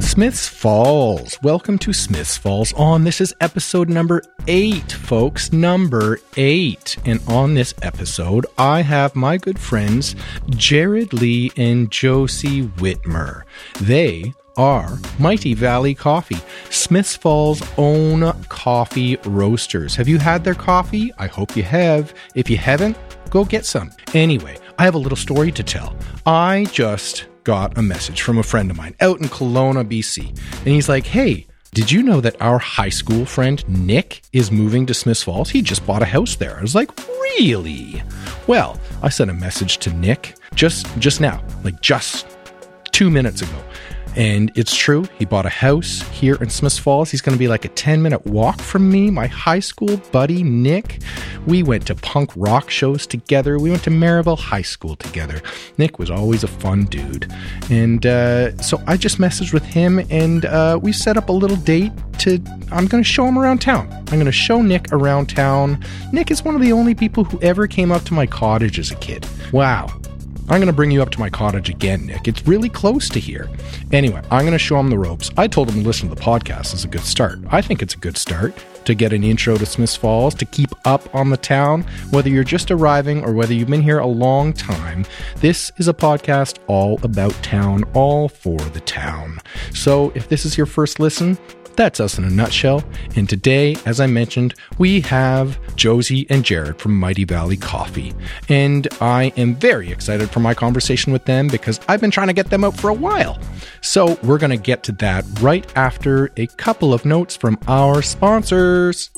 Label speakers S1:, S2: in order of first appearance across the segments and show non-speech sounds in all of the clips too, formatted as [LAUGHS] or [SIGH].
S1: Smith's Falls. Welcome to Smith's Falls On. This is episode number eight, folks. Number eight. And on this episode, I have my good friends Jared Lee and Josie Whitmer. They are Mighty Valley Coffee, Smith's Falls' own coffee roasters. Have you had their coffee? I hope you have. If you haven't, go get some. Anyway, I have a little story to tell. I just got a message from a friend of mine out in Kelowna, BC, and he's like, hey, did you know that our high school friend Nick is moving to Smiths Falls? He just bought a house there. I was like, really? Well, I sent a message to Nick just just now, like just two minutes ago. And it's true. He bought a house here in Smiths Falls. He's going to be like a 10 minute walk from me, my high school buddy, Nick. We went to punk rock shows together. We went to Maryville High School together. Nick was always a fun dude. And uh, so I just messaged with him and uh, we set up a little date to, I'm going to show him around town. I'm going to show Nick around town. Nick is one of the only people who ever came up to my cottage as a kid. Wow. I'm going to bring you up to my cottage again, Nick. It's really close to here. Anyway, I'm going to show him the ropes. I told him to listen to the podcast is a good start. I think it's a good start to get an intro to Smiths Falls, to keep up on the town, whether you're just arriving or whether you've been here a long time. This is a podcast all about town, all for the town. So if this is your first listen, that's us in a nutshell. And today, as I mentioned, we have Josie and Jared from Mighty Valley Coffee. And I am very excited for my conversation with them because I've been trying to get them out for a while. So we're going to get to that right after a couple of notes from our sponsors.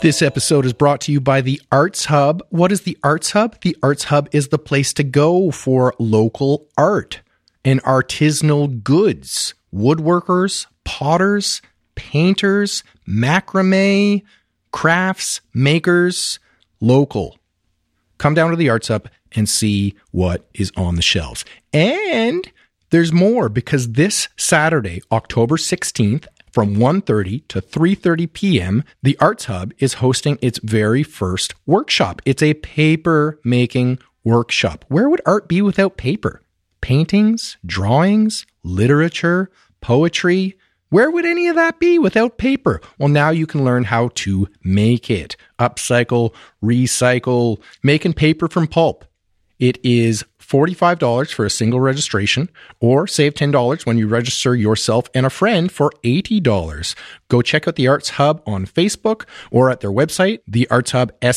S1: This episode is brought to you by the Arts Hub. What is the Arts Hub? The Arts Hub is the place to go for local art and artisanal goods woodworkers, potters, painters, macrame, crafts, makers, local. Come down to the Arts Up and see what is on the shelves. And there's more because this Saturday, October 16th, from 1:30 to 3:30 p.m., the Arts Hub is hosting its very first workshop. It's a paper making workshop. Where would art be without paper? Paintings, drawings, literature, poetry. Where would any of that be without paper? Well, now you can learn how to make it. Upcycle, recycle, making paper from pulp. It is $45 for a single registration or save $10 when you register yourself and a friend for $80. Go check out the Arts Hub on Facebook or at their website,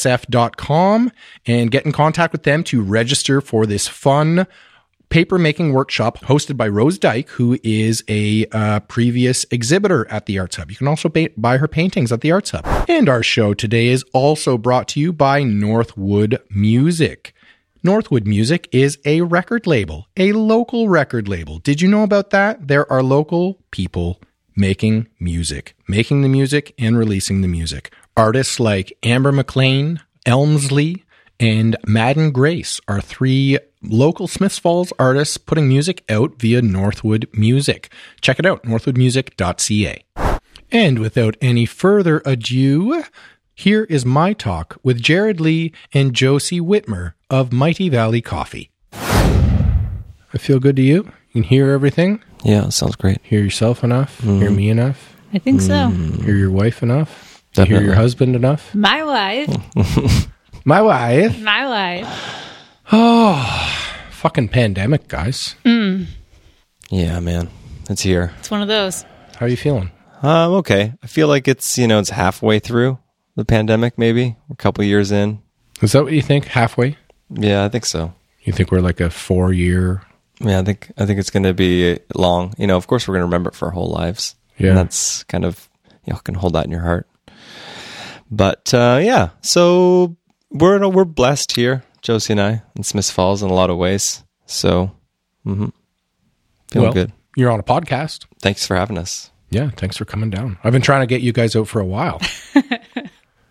S1: theartshubsf.com and get in contact with them to register for this fun paper making workshop hosted by Rose Dyke, who is a uh, previous exhibitor at the Arts Hub. You can also ba- buy her paintings at the Arts Hub. And our show today is also brought to you by Northwood Music. Northwood Music is a record label, a local record label. Did you know about that? There are local people making music, making the music and releasing the music. Artists like Amber McLean, Elmsley, and Madden Grace are three local Smiths Falls artists putting music out via Northwood Music. Check it out, northwoodmusic.ca. And without any further ado, here is my talk with Jared Lee and Josie Whitmer of Mighty Valley Coffee. I feel good to you. You can hear everything.
S2: Yeah, sounds great.
S1: Hear yourself enough.
S2: Mm.
S1: Hear me enough.
S3: I think so.
S1: Hear your wife enough. Hear your
S2: Definitely.
S1: husband enough.
S3: My wife.
S1: My wife.
S3: My wife.
S1: Fucking pandemic, guys.
S2: Yeah, man, it's here.
S3: It's one of those.
S1: How are you feeling?
S2: Um, okay. I feel like it's you know it's halfway through the pandemic, maybe a couple years in.
S1: Is that what you think? Halfway?
S2: Yeah, I think so.
S1: You think we're like a four year?
S2: Yeah, I think I think it's going to be long. You know, of course, we're going to remember it for our whole lives.
S1: Yeah.
S2: and that's kind of you know, can hold that in your heart. But uh, yeah, so we're we're blessed here, Josie and I, in Smith Falls, in a lot of ways. So, mm-hmm. feeling good.
S1: You're on a podcast.
S2: Thanks for having us.
S1: Yeah, thanks for coming down. I've been trying to get you guys out for a while.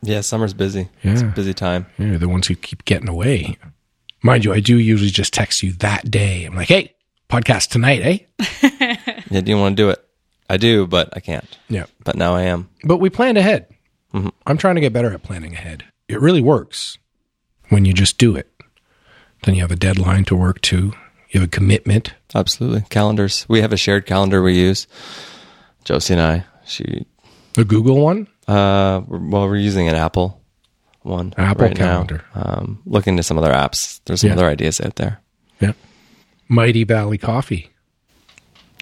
S2: Yeah, summer's busy. It's a
S1: Yeah.
S2: busy time.
S1: You're the ones who keep getting away. Mind you, I do usually just text you that day. I'm like, hey, podcast tonight, eh?
S2: Yeah, do you want to do it? I do, but I can't.
S1: Yeah. Mm-hmm.
S2: But now I am.
S1: But we planned ahead. I'm trying to get better at planning ahead. It really works when you just do it. Then you have a deadline to work to. You have a commitment.
S2: Absolutely. Calendars. We have a shared calendar we use. Josie and I. She
S1: A Google one?
S2: uh we're- well we're using an Apple one.
S1: Apple
S2: right now.
S1: calendar.
S2: Um looking to some other apps. There's some
S1: Yeah.
S2: other ideas out there.
S1: Yeah. Mighty Valley Coffee.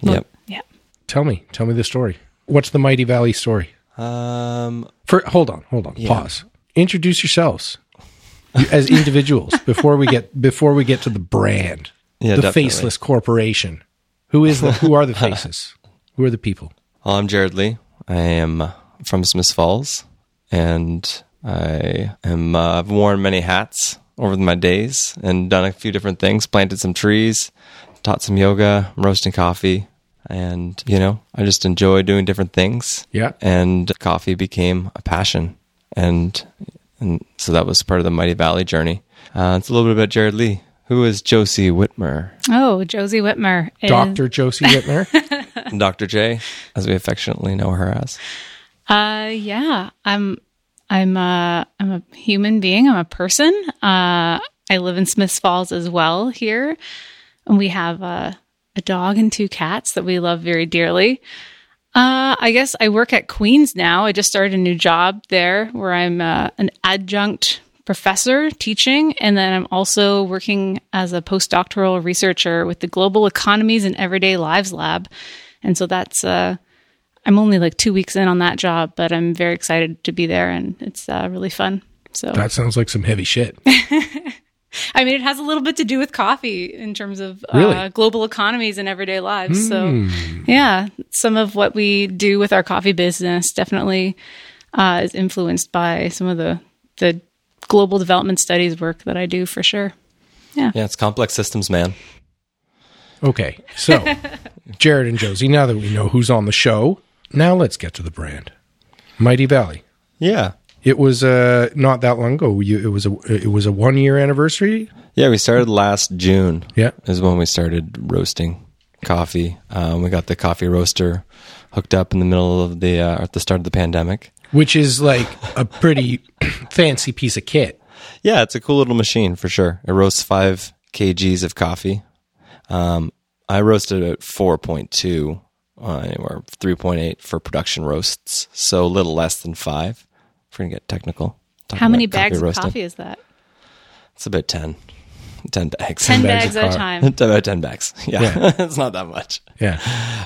S2: Yep.
S3: Yeah.
S1: Tell me, tell me the story. What's the Mighty Valley story?
S2: Um
S1: For hold on, hold on, pause. Introduce yourselves [LAUGHS] you- as individuals before we get before we get to the brand,
S2: Yeah,
S1: the
S2: definitely.
S1: faceless corporation. Who is the, who are
S2: [LAUGHS]
S1: the faces? who are the people?
S2: well, I'm Jared Lee. I am uh, from Smiths Falls and I am uh, I've worn many hats over my days and done a few different things, planted some trees, taught some yoga, I'm roasting coffee, and you know, I just enjoy doing different things.
S1: Yeah.
S2: and coffee became a passion and and so that was part of the mighty valley journey uh, it's a little bit about jared lee who is josie whitmer [LAUGHS]
S3: Oh, Josie Whitmer. is-
S1: Doctor Josie Whitmer.
S2: dr j as we affectionately know her as
S3: Uh, yeah. I'm. I'm a. I'm a human being. I'm a person. Uh, I live in Smiths Falls as well here, and we have a a dog and two cats that we love very dearly. Uh, I guess I work at Queens now. I just started a new job there where I'm uh, an adjunct professor teaching, and then I'm also working as a postdoctoral researcher with the Global Economies and Everyday Lives Lab. And so that's, uh, I'm only like two weeks in on that job, but I'm very excited to be there, and it's uh, really fun. So,
S1: that sounds like some heavy shit.
S3: I mean, it has a little bit to do with coffee in terms of uh,
S1: Really? Hmm.
S3: global economies and everyday lives. So, yeah, some of what we do with our coffee business definitely uh, is influenced by some of the the global development studies work that I do for sure.
S2: yeah it's complex systems man
S1: Okay, so Jared and Josie. Now that we know who's on the show, now let's get to the brand. Mighty Valley.
S2: yeah
S1: It was uh, not that long ago. You, it was a it was a one year anniversary.
S2: yeah we started last june
S1: Yeah.
S2: is when we started roasting coffee um, we got the coffee roaster hooked up in the middle of the uh, at the start of the pandemic
S1: which is like a pretty [CLEARS THROAT] fancy piece of kit.
S2: Yeah, it's a cool little machine for sure. It roasts five kgs of coffee. Um, I roasted at four point two, uh, anywhere three point eight for production roasts, so a little less than five. If we're gonna get technical, Talking
S3: How many
S2: about coffee
S3: bags of
S2: roasting.
S3: coffee is that?
S2: It's about 10. 10 bags.
S3: Ten
S1: bags
S3: bags,
S1: of
S3: at a
S1: coffee. [LAUGHS]
S3: time.
S2: [LAUGHS] about ten bags. [LAUGHS] Yeah, it's not that much.
S1: Yeah.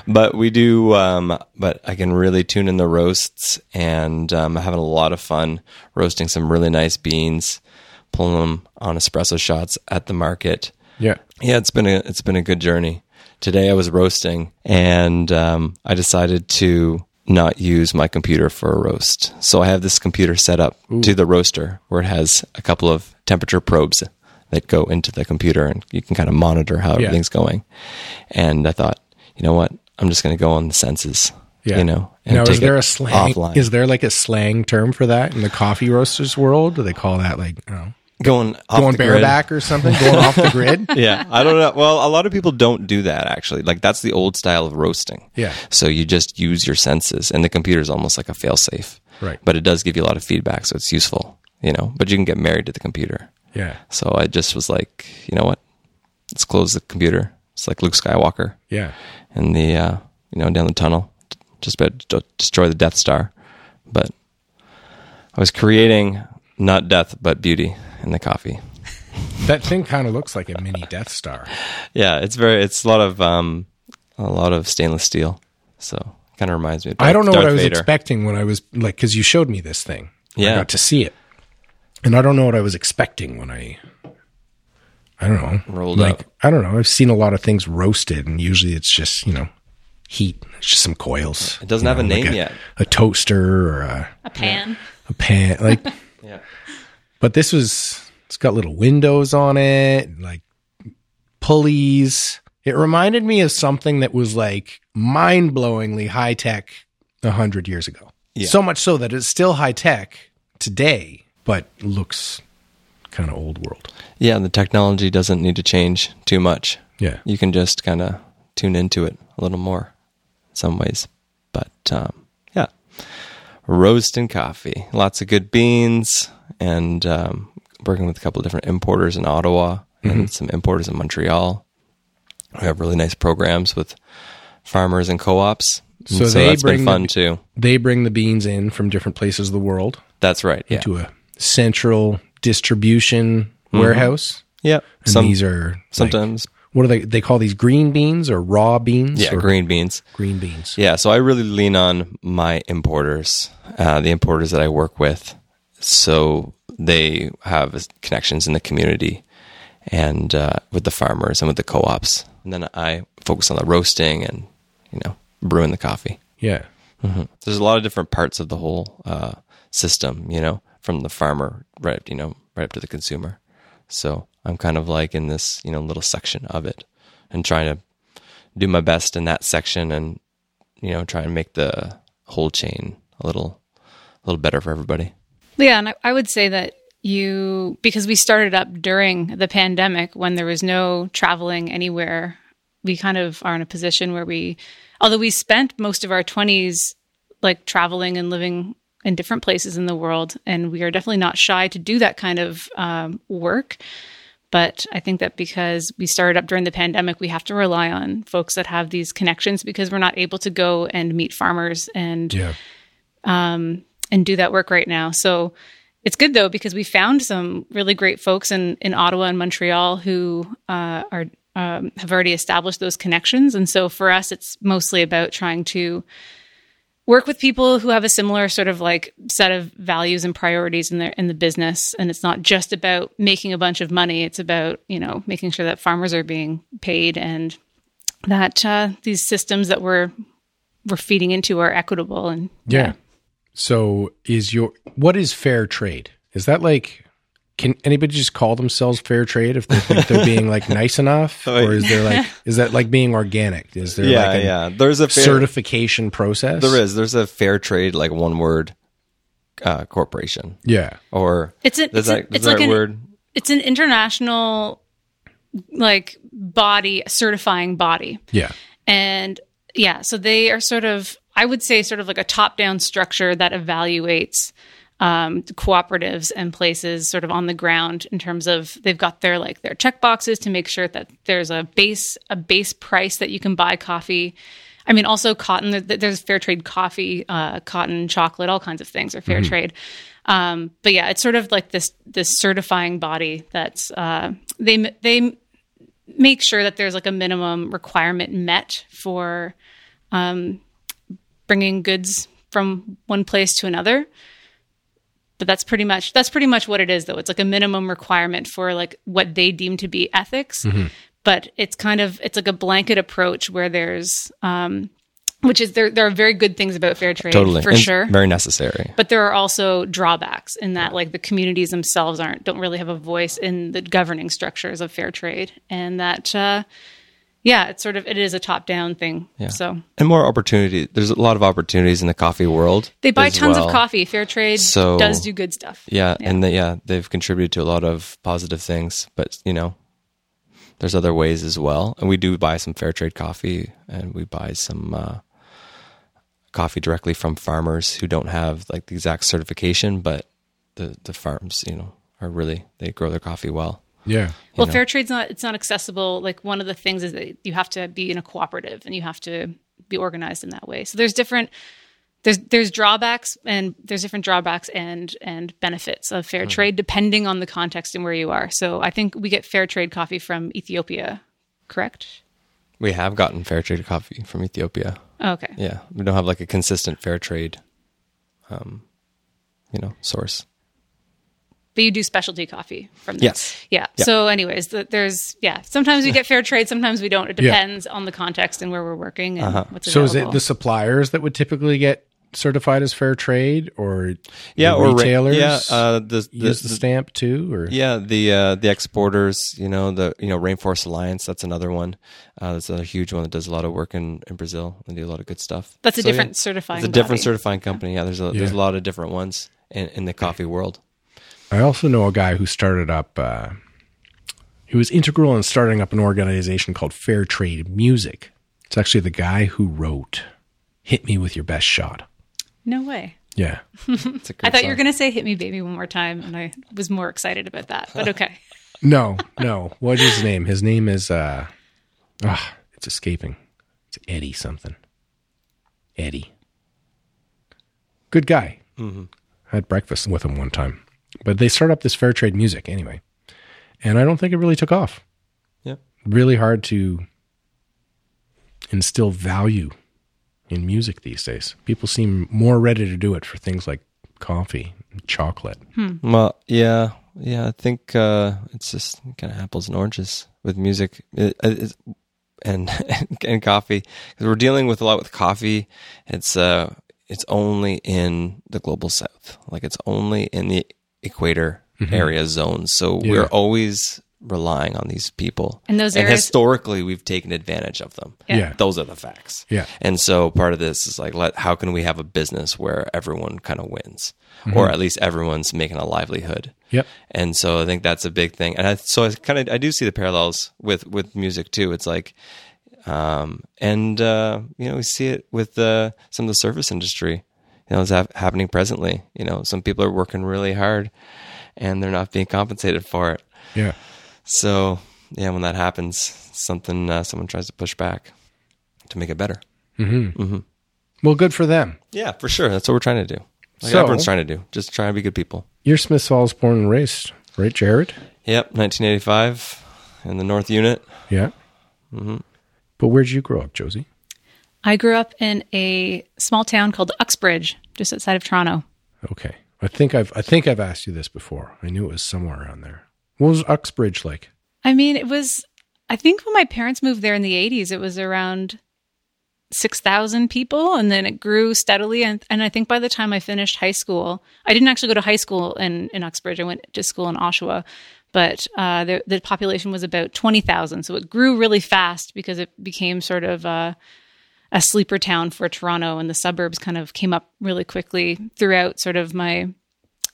S2: But we do. Um, but I can really tune in the roasts, and um, I'm having a lot of fun roasting some really nice beans, pulling them on espresso shots at the market.
S1: Yeah.
S2: Yeah, it's been a it's been a good journey. Today I was roasting, and um, I decided to not use my computer for a roast. So I have this computer set up to the roaster, where it has a couple of temperature probes that go into the computer, and you can kind of monitor how everything's going. And I thought, you know what, I'm just going to go on the senses.
S1: Yeah.
S2: You know, and
S1: Now, is
S2: take
S1: there
S2: it
S1: a slang?
S2: offline.
S1: Is there like a slang term for that in the coffee roasters world? Do they call that like you know,
S2: going off
S1: going
S2: the grid.
S1: bareback or something? Going off the
S2: [LAUGHS]
S1: grid?
S2: yeah, I don't know. Well, a lot of people don't do that actually. Like that's the old style of roasting.
S1: Yeah.
S2: So you just use your senses, and the computer is almost like a failsafe.
S1: Right.
S2: But it does give you a lot of feedback, so it's useful. You know, but you can get married to the computer.
S1: Yeah.
S2: So I just was like, you know what? Let's close the computer. It's like Luke Skywalker
S1: Yeah.
S2: and the uh, you know down the tunnel, just about to destroy the Death Star. But I was creating not death but beauty in the coffee.
S1: That thing kind of looks like a mini Death Star.
S2: Yeah, it's very. It's a lot of um, a lot of stainless steel. So kind of reminds me. of
S1: I don't know
S2: Darth
S1: what I was
S2: Vader.
S1: expecting when I was like, because you showed me this thing. I
S2: Yeah.
S1: got to see it, and I don't know what I was expecting when I. I don't know.
S2: Rolled
S1: like
S2: up.
S1: I don't know. I've seen a lot of things roasted, and usually it's just you know heat. It's just some coils.
S2: It doesn't
S1: you
S2: have a
S1: know,
S2: name
S1: like
S2: yet.
S1: A toaster or a,
S3: A pan.
S1: a pan. Like,
S2: [LAUGHS] Yeah.
S1: but this was. It's got little windows on it, and, like pulleys. It reminded me of something that was like mind-blowingly high tech a hundred years ago.
S2: Yeah.
S1: So much so that it's still high tech today, but looks kind of old world.
S2: Yeah, the technology doesn't need to change too much.
S1: Yeah.
S2: You can just kind of tune into it a little more, in some ways. But um, yeah, roast and coffee, lots of good beans, and
S1: Mm-hmm.
S2: um, working with a couple of different importers in Ottawa and some importers in Montreal. We have really nice programs with farmers and co-ops. And
S1: So they
S2: that's
S1: bring
S2: been
S1: the
S2: fun
S1: be-
S2: too.
S1: They bring the beans in from different places of the world
S2: That's right. Yeah.
S1: into a central distribution warehouse.
S2: Yeah.
S1: And
S2: Mm-hmm. Some
S1: these are like-
S2: sometimes
S1: what are they? They call these green beans or raw beans?
S2: yeah
S1: or
S2: green beans.
S1: green beans.
S2: Yeah, so I really lean on my importers, uh, the importers that I work with. So they have connections in the community and uh, with the farmers and with the co ops. And then I focus on the roasting and, you know, brewing the coffee.
S1: Yeah.
S2: There's a lot of different parts of the whole uh, system, you know, from the farmer right, you know, right up to the consumer. So I'm kind of like in this, you know, little section of it and trying to do my best in that section and, you know, try and make the whole chain a little, a little better for everybody.
S3: Yeah, and I, I would say that you because we started up during the pandemic when there was no traveling anywhere. We kind of are in a position where we, although we spent most of our twenties like traveling and living in different places in the world, and we are definitely not shy to do that kind of um, work. But I think that because we started up during the pandemic, we have to rely on folks that have these connections because we're not able to go and meet farmers and
S1: Yeah.
S3: and do that work right now. So it's good though because we found some really great folks in in Ottawa and Montreal who uh, are um, have already established those connections. And so for us, it's mostly about trying to work with people who have a similar sort of like set of values and priorities in their in the business and it's not just about making a bunch of money it's about you know making sure that farmers are being paid and that uh, these systems that we're we're feeding into are equitable and
S1: Yeah. So is your what is fair trade? Is that like can anybody just call themselves fair trade if they think they're being like nice
S2: [LAUGHS]
S1: enough, or is there like is that like being organic? Is there
S2: yeah,
S1: like a
S2: yeah. There's a fair,
S1: certification process?
S2: there is, there's a fair trade, like one word uh, corporation
S1: Yeah.
S2: or
S3: It's an-
S2: is
S3: it's an-
S2: that, is
S3: it's
S2: that
S3: like an-
S2: word?
S3: it's an international like body certifying body
S1: Yeah.
S3: and yeah so they are sort of i would say sort of like a top down structure that evaluates um, cooperatives and places sort of on the ground in terms of they've got their like their check boxes to make sure that there's a base a base price that you can buy coffee i mean also cotton th- th- there's fair trade coffee uh, cotton chocolate all kinds of things are fair trade um, but yeah it's sort of like this this certifying body that's uh, they m- they make sure that there's like a minimum requirement met for um, bringing goods from one place to another. But that's pretty much that's pretty much what it is, though. It's like a minimum requirement for like what they deem to be ethics.
S2: Mm-hmm.
S3: But it's kind of it's like a blanket approach where there's, um, which is there there are very good things about fair trade
S2: Totally.
S3: for
S2: And
S3: sure
S2: Very necessary.
S3: but there are also drawbacks in that like the communities themselves aren't don't really have a voice in the governing structures of fair trade and that uh, yeah it's sort of it is a top down thing so
S2: and more opportunity. There's a lot of opportunities in the coffee world.
S3: they buy
S2: as
S3: tons
S2: well.
S3: of coffee fair trade
S2: So-
S3: does do good stuff
S2: Yeah, and they, yeah, they've contributed to a lot of positive things. But you know, there's other ways as well. And we do buy some fair trade coffee, and we buy some uh, coffee directly from farmers who don't have like the exact certification, but the the farms, you know, are really they grow their coffee well.
S1: Yeah.
S3: well fair trade's not it's not accessible like one of the things is that you have to be in a cooperative and you have to be organized in that way so there's different there's there's drawbacks and there's different drawbacks and and benefits of
S1: Hmm.
S3: fair trade depending on the context and where you are so i think we get fair trade coffee from ethiopia correct
S2: We have gotten fair trade coffee from Ethiopia.
S3: Oh, okay
S2: Yeah, we don't have like a consistent fair trade, um, you know, source.
S3: but you do specialty coffee from them.
S2: Yes.
S3: yeah
S2: Yeah.
S3: so anyways th there's yeah sometimes we get fair trade sometimes we don't it
S1: Yeah. Uh-huh.
S3: depends on the context and where we're working and what's
S1: So
S3: available.
S1: is it the suppliers that would typically get certified as fair trade, or
S2: yeah,
S1: the
S2: or ra-
S1: retailers?
S2: yeah, uh, the, the,
S1: use the,
S2: the-
S1: stamp too, or
S2: yeah the uh, the exporters. You know the you know Rainforest Alliance. That's another one. Uh, that's another huge one that does a lot of work in, in Brazil and do a lot of good stuff.
S3: That's a
S2: So, yeah,
S3: different certifying
S2: It's a different
S3: body.
S2: certifying company. Yeah, there's a there's a
S1: Yeah.
S2: lot of different ones in, in the coffee world.
S1: I also know a guy who started up, uh, who was integral in starting up an organization called Fair Trade Music. It's actually the guy who wrote Hit Me With Your Best Shot.
S3: no way
S1: Yeah.
S2: It's a
S3: I
S2: great
S3: thought you
S2: song.
S3: were going to say "Hit Me, Baby" one more time, and I was more excited about that. But okay,
S1: No, no. What is his name? His name is, uh, Ah, it's escaping. It's Eddie something. Eddie. Good guy. I had breakfast with him one time. But they start up this fair trade music anyway. And I don't think it really took off.
S2: Yeah.
S1: Really hard to instill value in music these days. People seem more ready to do it for things like coffee, and chocolate.
S2: Well, yeah, yeah. I think uh, it's just kind of apples and oranges with music it, it's, and [LAUGHS] and coffee 'Cause we're dealing with a lot with coffee. It's uh, it's only in the global south, like it's only in the equator area zone. So
S1: Mm-hmm. Yeah.
S2: we're always relying on these people,
S3: And those
S2: and
S3: areas-
S2: historically we've taken advantage of them.
S3: Yeah.
S1: Yeah.
S2: Those are the facts.
S1: Yeah.
S2: And so part of this is like, let, how can we have a business where everyone kind of wins, or at least everyone's making a livelihood?
S1: Yep.
S2: And so I think that's a big thing. And I, so I kind of I do see the parallels with with music too. It's like, um, and uh, you know, we see it with uh, some of the service industry. You know, it's hap- happening presently. You know, some people are working really hard, and they're not being compensated for it.
S1: Yeah.
S2: So yeah, when that happens, something uh, someone tries to push back to make it better.
S1: Well, good for them.
S2: Yeah, for sure. That's what we're trying to do. Like
S1: So-
S2: everyone's trying to do. Just trying to be good people.
S1: You're Smith Falls born and raised, right, Jared?
S2: Yep, 1985 in the North Unit.
S1: Yeah. But where'd you grow up, Josie?
S3: I grew up in a small town called Uxbridge, just outside of Toronto.
S1: Okay. I think I've I think I've asked you this before. I knew it was somewhere around there. What was Uxbridge like?
S3: I mean, it was, I think when my parents moved there in the 80s, it was around 6,000 people. And then it grew steadily. And, and I think by the time I finished high school, I didn't actually go to high school in, in Uxbridge. I went to school in Oshawa. But uh, the, the population was about 20,000. So it grew really fast because it became sort of uh, a, a sleeper town for Toronto. And the suburbs kind of came up really quickly throughout sort of my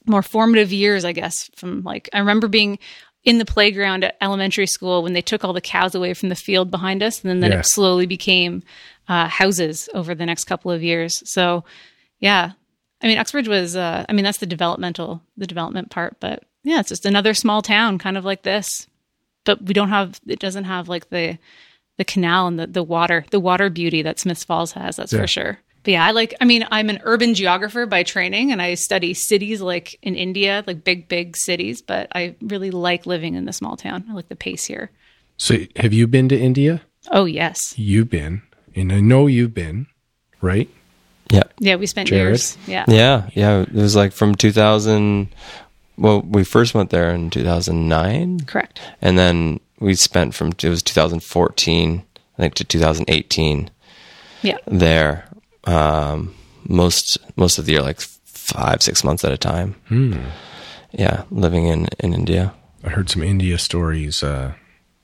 S3: more formative years, I guess, from like I remember being in the playground at elementary school when they took all the cows away from the field behind us, and then, then
S1: Yeah.
S3: it slowly became uh, houses over the next couple of years. So, yeah, I mean, Uxbridge was, uh, I mean, that's the developmental, the development part, but yeah, it's just another small town, kind of like this, but we don't have, it doesn't have like the the canal and the the water, the water beauty that Smiths Falls has. That's for sure. But yeah, I like. I mean, I'm an urban geographer by training, and I study cities like in India, like big, big cities. But I really like living in the small town. I like the pace here.
S1: So have you been to India?
S3: Oh yes,
S1: You've been. And I know you've been, right?
S2: Yep.
S3: yeah. We spent
S1: Jared?
S3: years. Yeah.
S2: Yeah, yeah. It was like from 2000. Well, we first went there in 2009,
S3: correct.
S2: and then we spent from it was 2014, I think, to 2018
S3: Yeah,
S2: there. Um, most most of the year, like five six months at a time. Yeah, living in in India.
S1: I heard some India stories uh,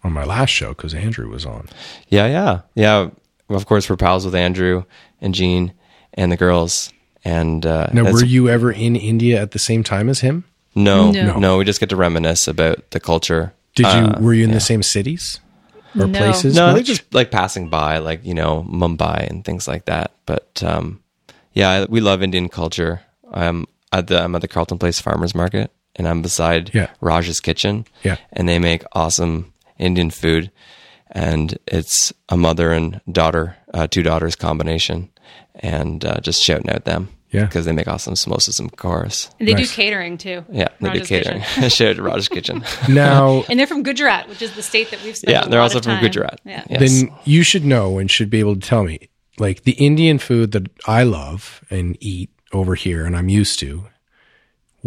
S1: on my last show because Andrew was on.
S2: Yeah, yeah, yeah. Of course, we're pals with Andrew and Jean and the girls. And uh,
S1: Now,
S2: that's-
S1: were you ever in India at the same time as him?
S2: no,
S3: No.
S2: no, we just get to reminisce about the culture.
S1: Did you? were you in the same cities or
S3: No.
S1: places?
S2: No, they're
S1: much?
S2: just like passing by, like you know Mumbai and things like that. But um, yeah, I- we love Indian culture. I'm at the I'm at the Carlton Place Farmers Market, and I'm beside
S1: Yeah.
S2: Raj's Kitchen.
S1: Yeah.
S2: and they make awesome Indian food, and it's a mother and daughter, uh, two daughters combination, and uh, just shouting out them.
S1: Yeah.
S2: because they make awesome samosas and chorus.
S3: and they
S1: Nice.
S3: do catering too.
S2: Yeah, they do
S3: Raj's
S2: catering. [LAUGHS]
S3: Kitchen.
S2: Shout out to Raj's
S3: [LAUGHS]
S2: Kitchen.
S1: now,
S3: And they're from Gujarat, which is the state that we've spent.
S2: yeah,
S3: a
S2: they're
S3: lot
S2: also
S3: of
S2: from
S3: time-
S2: Gujarat.
S3: Yeah.
S2: Yes.
S1: then you should know and should be able to tell me. Like the Indian food that I love and eat over here and I'm used to,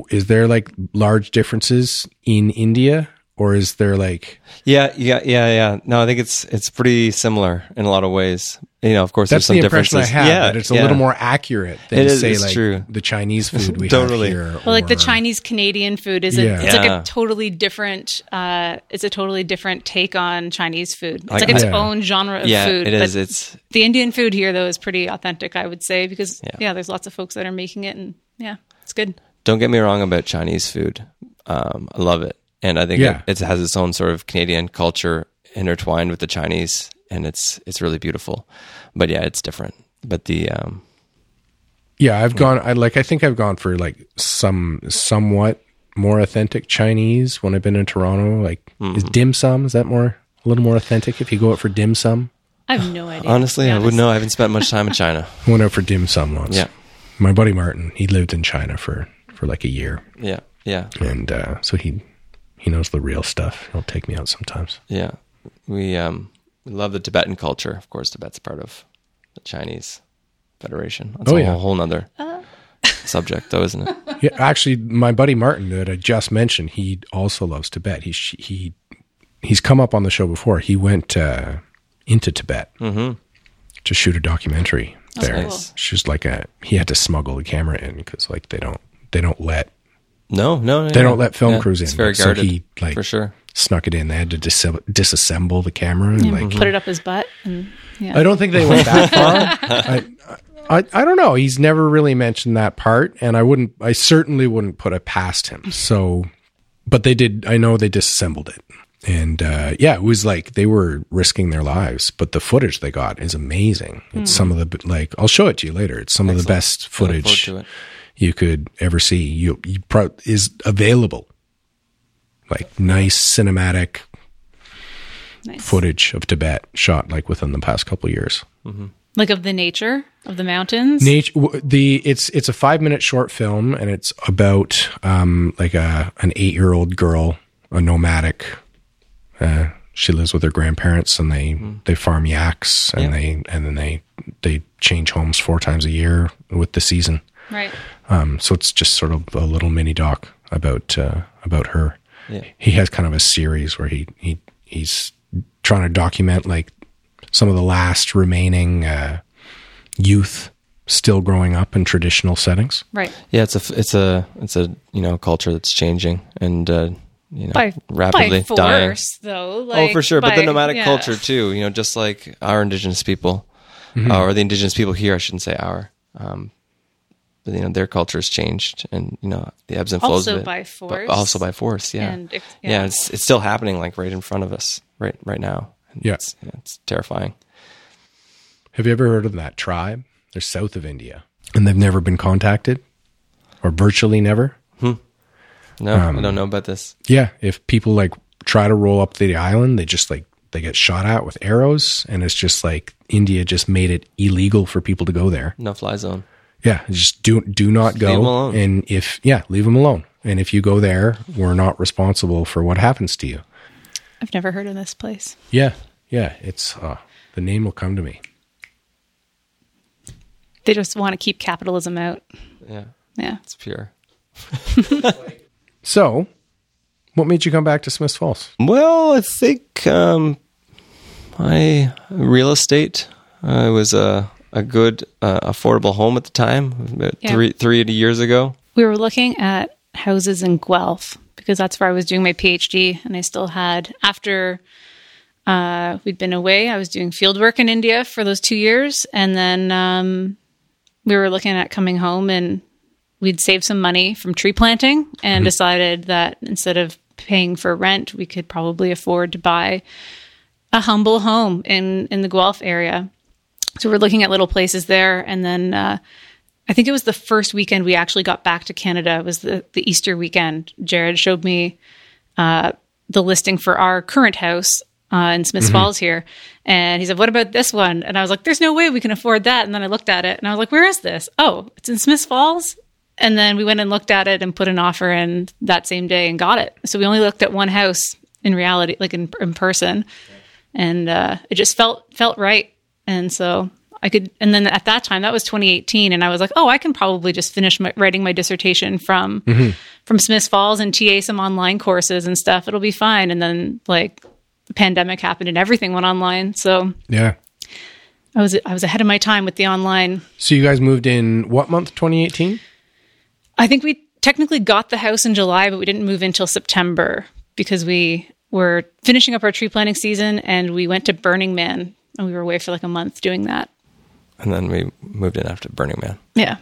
S1: is there like large differences in India or is there like
S2: Yeah, yeah, yeah, yeah. No, I think it's it's pretty similar in a lot of ways. You know, of course,
S1: that's
S2: there's some
S1: the impression I
S2: differences.
S1: have
S2: yeah,
S1: that it's a
S2: yeah.
S1: little more accurate than
S2: It is-
S1: say
S2: it's
S1: like
S2: true.
S1: the
S2: [LAUGHS]
S1: Chinese food we
S2: Totally.
S1: have here.
S3: Well, like the
S1: or-
S3: Chinese Canadian food is
S1: Yeah.
S3: a, it's like
S2: Yeah.
S3: a totally different uh, it's a totally different take on Chinese food. It's
S2: Like,
S3: like, its
S1: yeah.
S3: own genre of
S2: Yeah,
S3: food.
S2: it is.
S3: But
S2: It's
S3: the Indian food here though is pretty authentic, I would say, because yeah.
S2: Yeah.
S3: there's lots of folks that are making it, and yeah, it's good.
S2: don't get me wrong about Chinese food. Um, I love it, and I think
S1: Yeah.
S2: it, it has its own sort of Canadian culture intertwined with the Chinese, and it's it's really beautiful. But yeah, it's different. But the um,
S1: Yeah, I've gone. I like. I think I've gone for like some
S2: Mm-hmm.
S1: somewhat more authentic Chinese when I've been in Toronto. Like, is dim sum? Is that more A little more authentic if you go out for dim sum.
S3: I have no idea.
S2: Honestly,
S3: to be
S2: I
S3: honest.
S2: wouldn't know. I haven't spent much time in
S3: [LAUGHS]
S2: China.
S1: I went out for dim sum once.
S2: Yeah.
S1: My buddy Martin, he lived in China for, for like a year.
S2: Yeah. Yeah.
S1: And uh, so he he knows the real stuff. He'll take me out sometimes.
S2: Yeah. We um we love the Tibetan culture. Of course, Tibet's part of the Chinese Federation. That's
S1: Oh,
S2: a
S1: yeah.
S2: whole, whole nother
S3: Uh.
S2: subject though, isn't it?
S1: Yeah, actually, my buddy Martin that I just mentioned, he also loves Tibet. He he he's come up on the show before. He went uh, into Tibet to shoot a documentary there.
S3: cool.
S2: Nice.
S1: It's just like a he had to smuggle the camera in because like they don't they don't let
S2: No, no, no
S1: they don't let film
S2: yeah,
S1: crews in.
S2: It's very
S1: so
S2: guarded,
S1: he like
S2: for sure.
S1: snuck it in. They had to dis- disassemble the camera and like
S3: Put it up his butt, and yeah,
S1: I don't think they went that far. I, I, I don't know. He's never really mentioned that part, and I wouldn't. I certainly wouldn't put it past him. So, but they did. I know they disassembled it, and uh, yeah, it was like they were risking their lives. But the footage they got is amazing. It's some of the b- like. I'll show it to you later. It's some of the best
S2: Hmm. Look forward
S1: footage
S2: to it.
S1: you could ever see. You, you pro- is available. Like nice cinematic
S3: nice.
S1: footage of Tibet shot like within the past couple of years.
S3: like of the nature of the mountains.
S1: Nature, w- the it's it's a five minute short film, and it's about um like a an eight year old girl, a nomadic. Uh, she lives with her grandparents, and they they farm yaks, and they and then they they change homes four times a year with the season.
S3: right.
S1: Um, so it's just sort of a little mini doc about uh, about her. He has kind of a series where he he he's trying to document like some of the last remaining uh, youth still growing up in traditional settings.
S3: Right.
S2: Yeah, it's a f- it's a it's a you know culture that's changing and uh, you know
S3: By
S2: rapidly
S3: by force,
S2: dying.
S3: though. Like,
S2: oh, for sure.
S3: by-
S2: but the nomadic
S3: yeah.
S2: culture too. You know, just like our indigenous people, uh, or the indigenous people here. I shouldn't say our. Um, but you know, their culture has changed, and you know the ebbs and flows
S3: Also
S2: of it.
S3: by
S2: but
S3: force.
S2: also by force. Yeah.
S3: And ex-
S2: yeah.
S3: yeah.
S2: It's it's still happening, like right in front of us, right right now. And
S1: Yeah.
S2: It's, yeah, it's terrifying.
S1: Have you ever heard of that tribe? They're south of India, and they've never been contacted, or virtually never.
S2: No, I don't know about this.
S1: Yeah, if people like try to roll up to the island, they just like they get shot at with arrows, and it's just like India just made it illegal for people to go there.
S2: No fly zone.
S1: Yeah, just do do not go.
S2: 'em alone.
S1: And if yeah, leave them alone. And if you go there, we're not responsible for what happens to you.
S3: I've never heard of this place.
S1: Yeah, yeah. It's uh, the name will come to me.
S3: They just want to keep capitalism out.
S2: Yeah,
S3: Yeah.
S2: it's pure.
S1: So, what made you come back to Smiths Falls?
S2: Well, I think um, my real estate uh, was a a good uh, affordable home at the time, about
S3: Yeah.
S2: three three years ago.
S3: We were looking at houses in Guelph because that's where I was doing my PhD, and I still had after uh, we'd been away. I was doing field work in India for those two years, and then um, we were looking at coming home, and we'd saved some money from tree planting, and decided that instead of paying for rent, we could probably afford to buy a humble home in in the Guelph area. So we're looking at little places there, and then uh, I think it was the first weekend we actually got back to Canada. It was the, the Easter weekend. Jared showed me uh, the listing for our current house uh, in Smiths Falls here. And he said, What about this one? And I was like, There's no way we can afford that. And then I looked at it and I was like, Where is this? Oh, it's in Smiths Falls. And then we went and looked at it and put an offer in that same day and got it. So we only looked at one house in reality, like in, in person. And uh, it just felt felt right. And so I could, and then at that time, that was 2018, and I was like, oh, I can probably just finish my, writing my dissertation from from Smiths Falls and TA some online courses and stuff. It'll be fine. And then like the pandemic happened and everything went online, so
S1: Yeah.
S3: I was I was ahead of my time with the online.
S1: So you guys moved in what month? 2018.
S3: I think we technically got the house in July, but we didn't move until September because we were finishing up our tree planting season and we went to Burning Man and we were away for like a month doing that.
S2: And then we moved in after Burning Man.
S3: Yeah.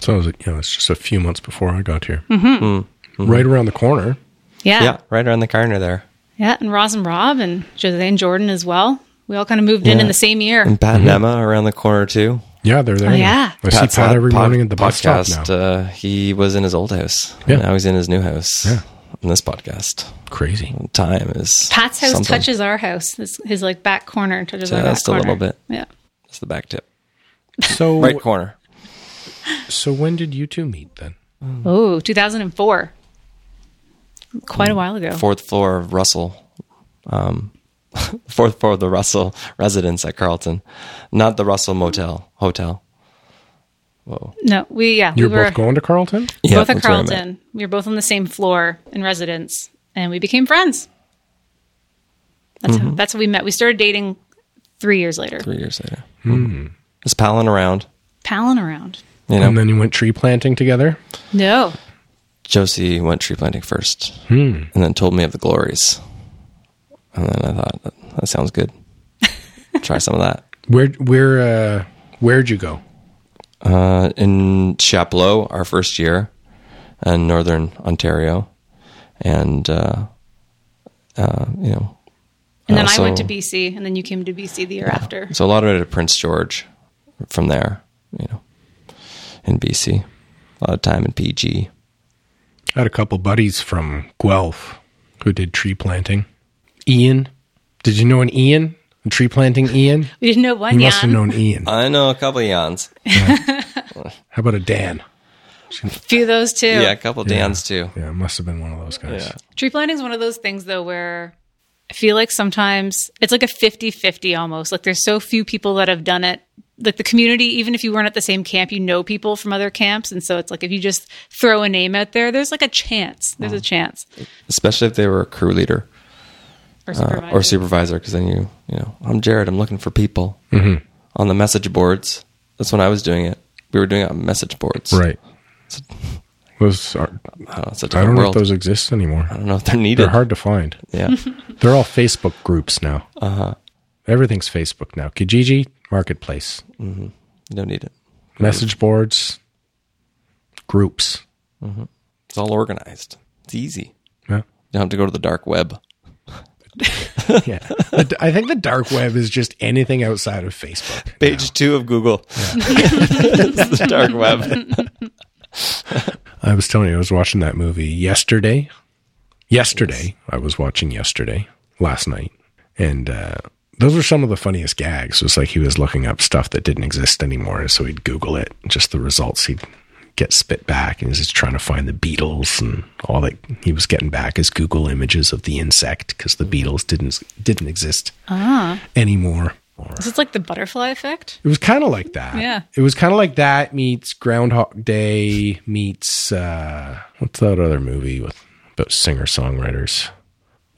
S1: So it was, you know, it's just a few months before I got here.
S2: Mm-hmm.
S1: Right around the corner.
S3: Yeah.
S2: Yeah, right around the corner there.
S3: Yeah, and Roz and Rob and Jose and Jordan as well. We all kind of moved in
S2: Yeah.
S3: in the same year.
S2: And Pat
S1: Mm-hmm.
S2: and Emma around the corner too.
S1: Yeah, they're there.
S3: Oh,
S1: now.
S3: yeah.
S1: I see Pat every morning at the bus stop now.
S2: Uh, he was in his old house.
S1: Yeah.
S2: Now he's in his new house.
S1: Yeah.
S2: on this podcast.
S1: Crazy.
S2: Time is
S3: Pat's house
S2: something.
S3: touches our house. His, his like back corner touches our
S2: Just
S3: back
S2: a
S3: corner.
S2: little bit.
S3: Yeah.
S2: It's the back tip,
S1: So
S2: right corner.
S1: so when did you two meet then?
S3: Oh, 2004. Quite a while ago.
S2: fourth floor of Russell, um, [LAUGHS] fourth floor of the Russell residence at Carlton, not the Russell Motel Hotel. Whoa,
S3: No, we yeah
S1: You're
S3: we were
S1: both going to Carlton?
S2: Yeah,
S3: both at
S2: that's where I met.
S3: Carlton. We were both on the same floor in residence, and we became friends. That's how, that's how we met. We started dating three years later,
S2: Mm-hmm. Three years later, mm. just palling around.
S3: palling around.
S2: You know,
S1: And then you went tree planting together?
S3: No,
S2: Josie went tree planting first, and then told me of the glories, and then I thought that, that sounds
S3: [LAUGHS]
S2: good. Try some of that.
S1: Where where uh where'd you go?
S2: uh, in Chapleau our first year in northern Ontario, and uh, uh, you know,
S3: and then I
S2: also-
S3: went to BC, and then you came to BC the year after.
S2: So a lot of it at Prince George, from there, you know, in BC, a lot of time in PG.
S1: I had a couple buddies from Guelph who did tree planting. Ian. Did you know an Ian? A tree planting Ian?
S3: We didn't know one
S1: You must have
S3: Jan.
S1: known Ian.
S2: I know a couple of yawns.
S1: How about a Dan?
S3: Few of those too.
S2: Yeah, a couple of Dan's too.
S1: Yeah, it must have been one of those guys.
S2: Yeah.
S3: Tree planting is one of those things though where I feel like sometimes it's like a 50-50 almost. Like there's so few people that have done it. Like the community, even if you weren't at the same camp, you know people from other camps. And so it's like if you just throw a name out there, there's like a chance. There's
S2: Mm.
S3: a chance.
S2: Especially if they were a crew leader
S3: Or
S2: uh, or supervisor, because then you, you know, I'm Jared. I'm looking for people
S1: Mm-hmm.
S2: on the message boards. That's when I was doing it. We were doing it on message boards.
S1: Right. Those are,
S2: I don't know, it's a
S1: I don't
S2: different
S1: know
S2: world. Uh,
S1: if those exist anymore.
S2: I don't know if they're needed.
S1: They're hard to find. [LAUGHS]
S2: Yeah.
S1: They're all Facebook groups now. Uh huh. Everything's Facebook now. Kijiji, Marketplace,
S2: You don't need it.
S1: message boards, groups.
S2: It's all organized. It's easy.
S1: Yeah.
S2: You don't have to go to the dark web.
S1: [LAUGHS] yeah. The d- I think the dark web is just anything outside of Facebook.
S2: Page two of Google. [LAUGHS] it's the dark web.
S1: I was telling you, I was watching that movie yesterday. Yesterday, I was watching yesterday, last night. And uh, those were some of the funniest gags. It was like he was looking up stuff that didn't exist anymore. So he'd Google it, just the results he'd get spit back. And he's just trying to find the Beatles and all that he was getting back is Google images of the insect because the Beatles didn't, didn't exist anymore. Or-
S3: Is it like the butterfly effect?
S1: it was kind of like that.
S3: Yeah.
S1: It was kind of like that meets Groundhog Day meets uh what's that other movie with about singer songwriters?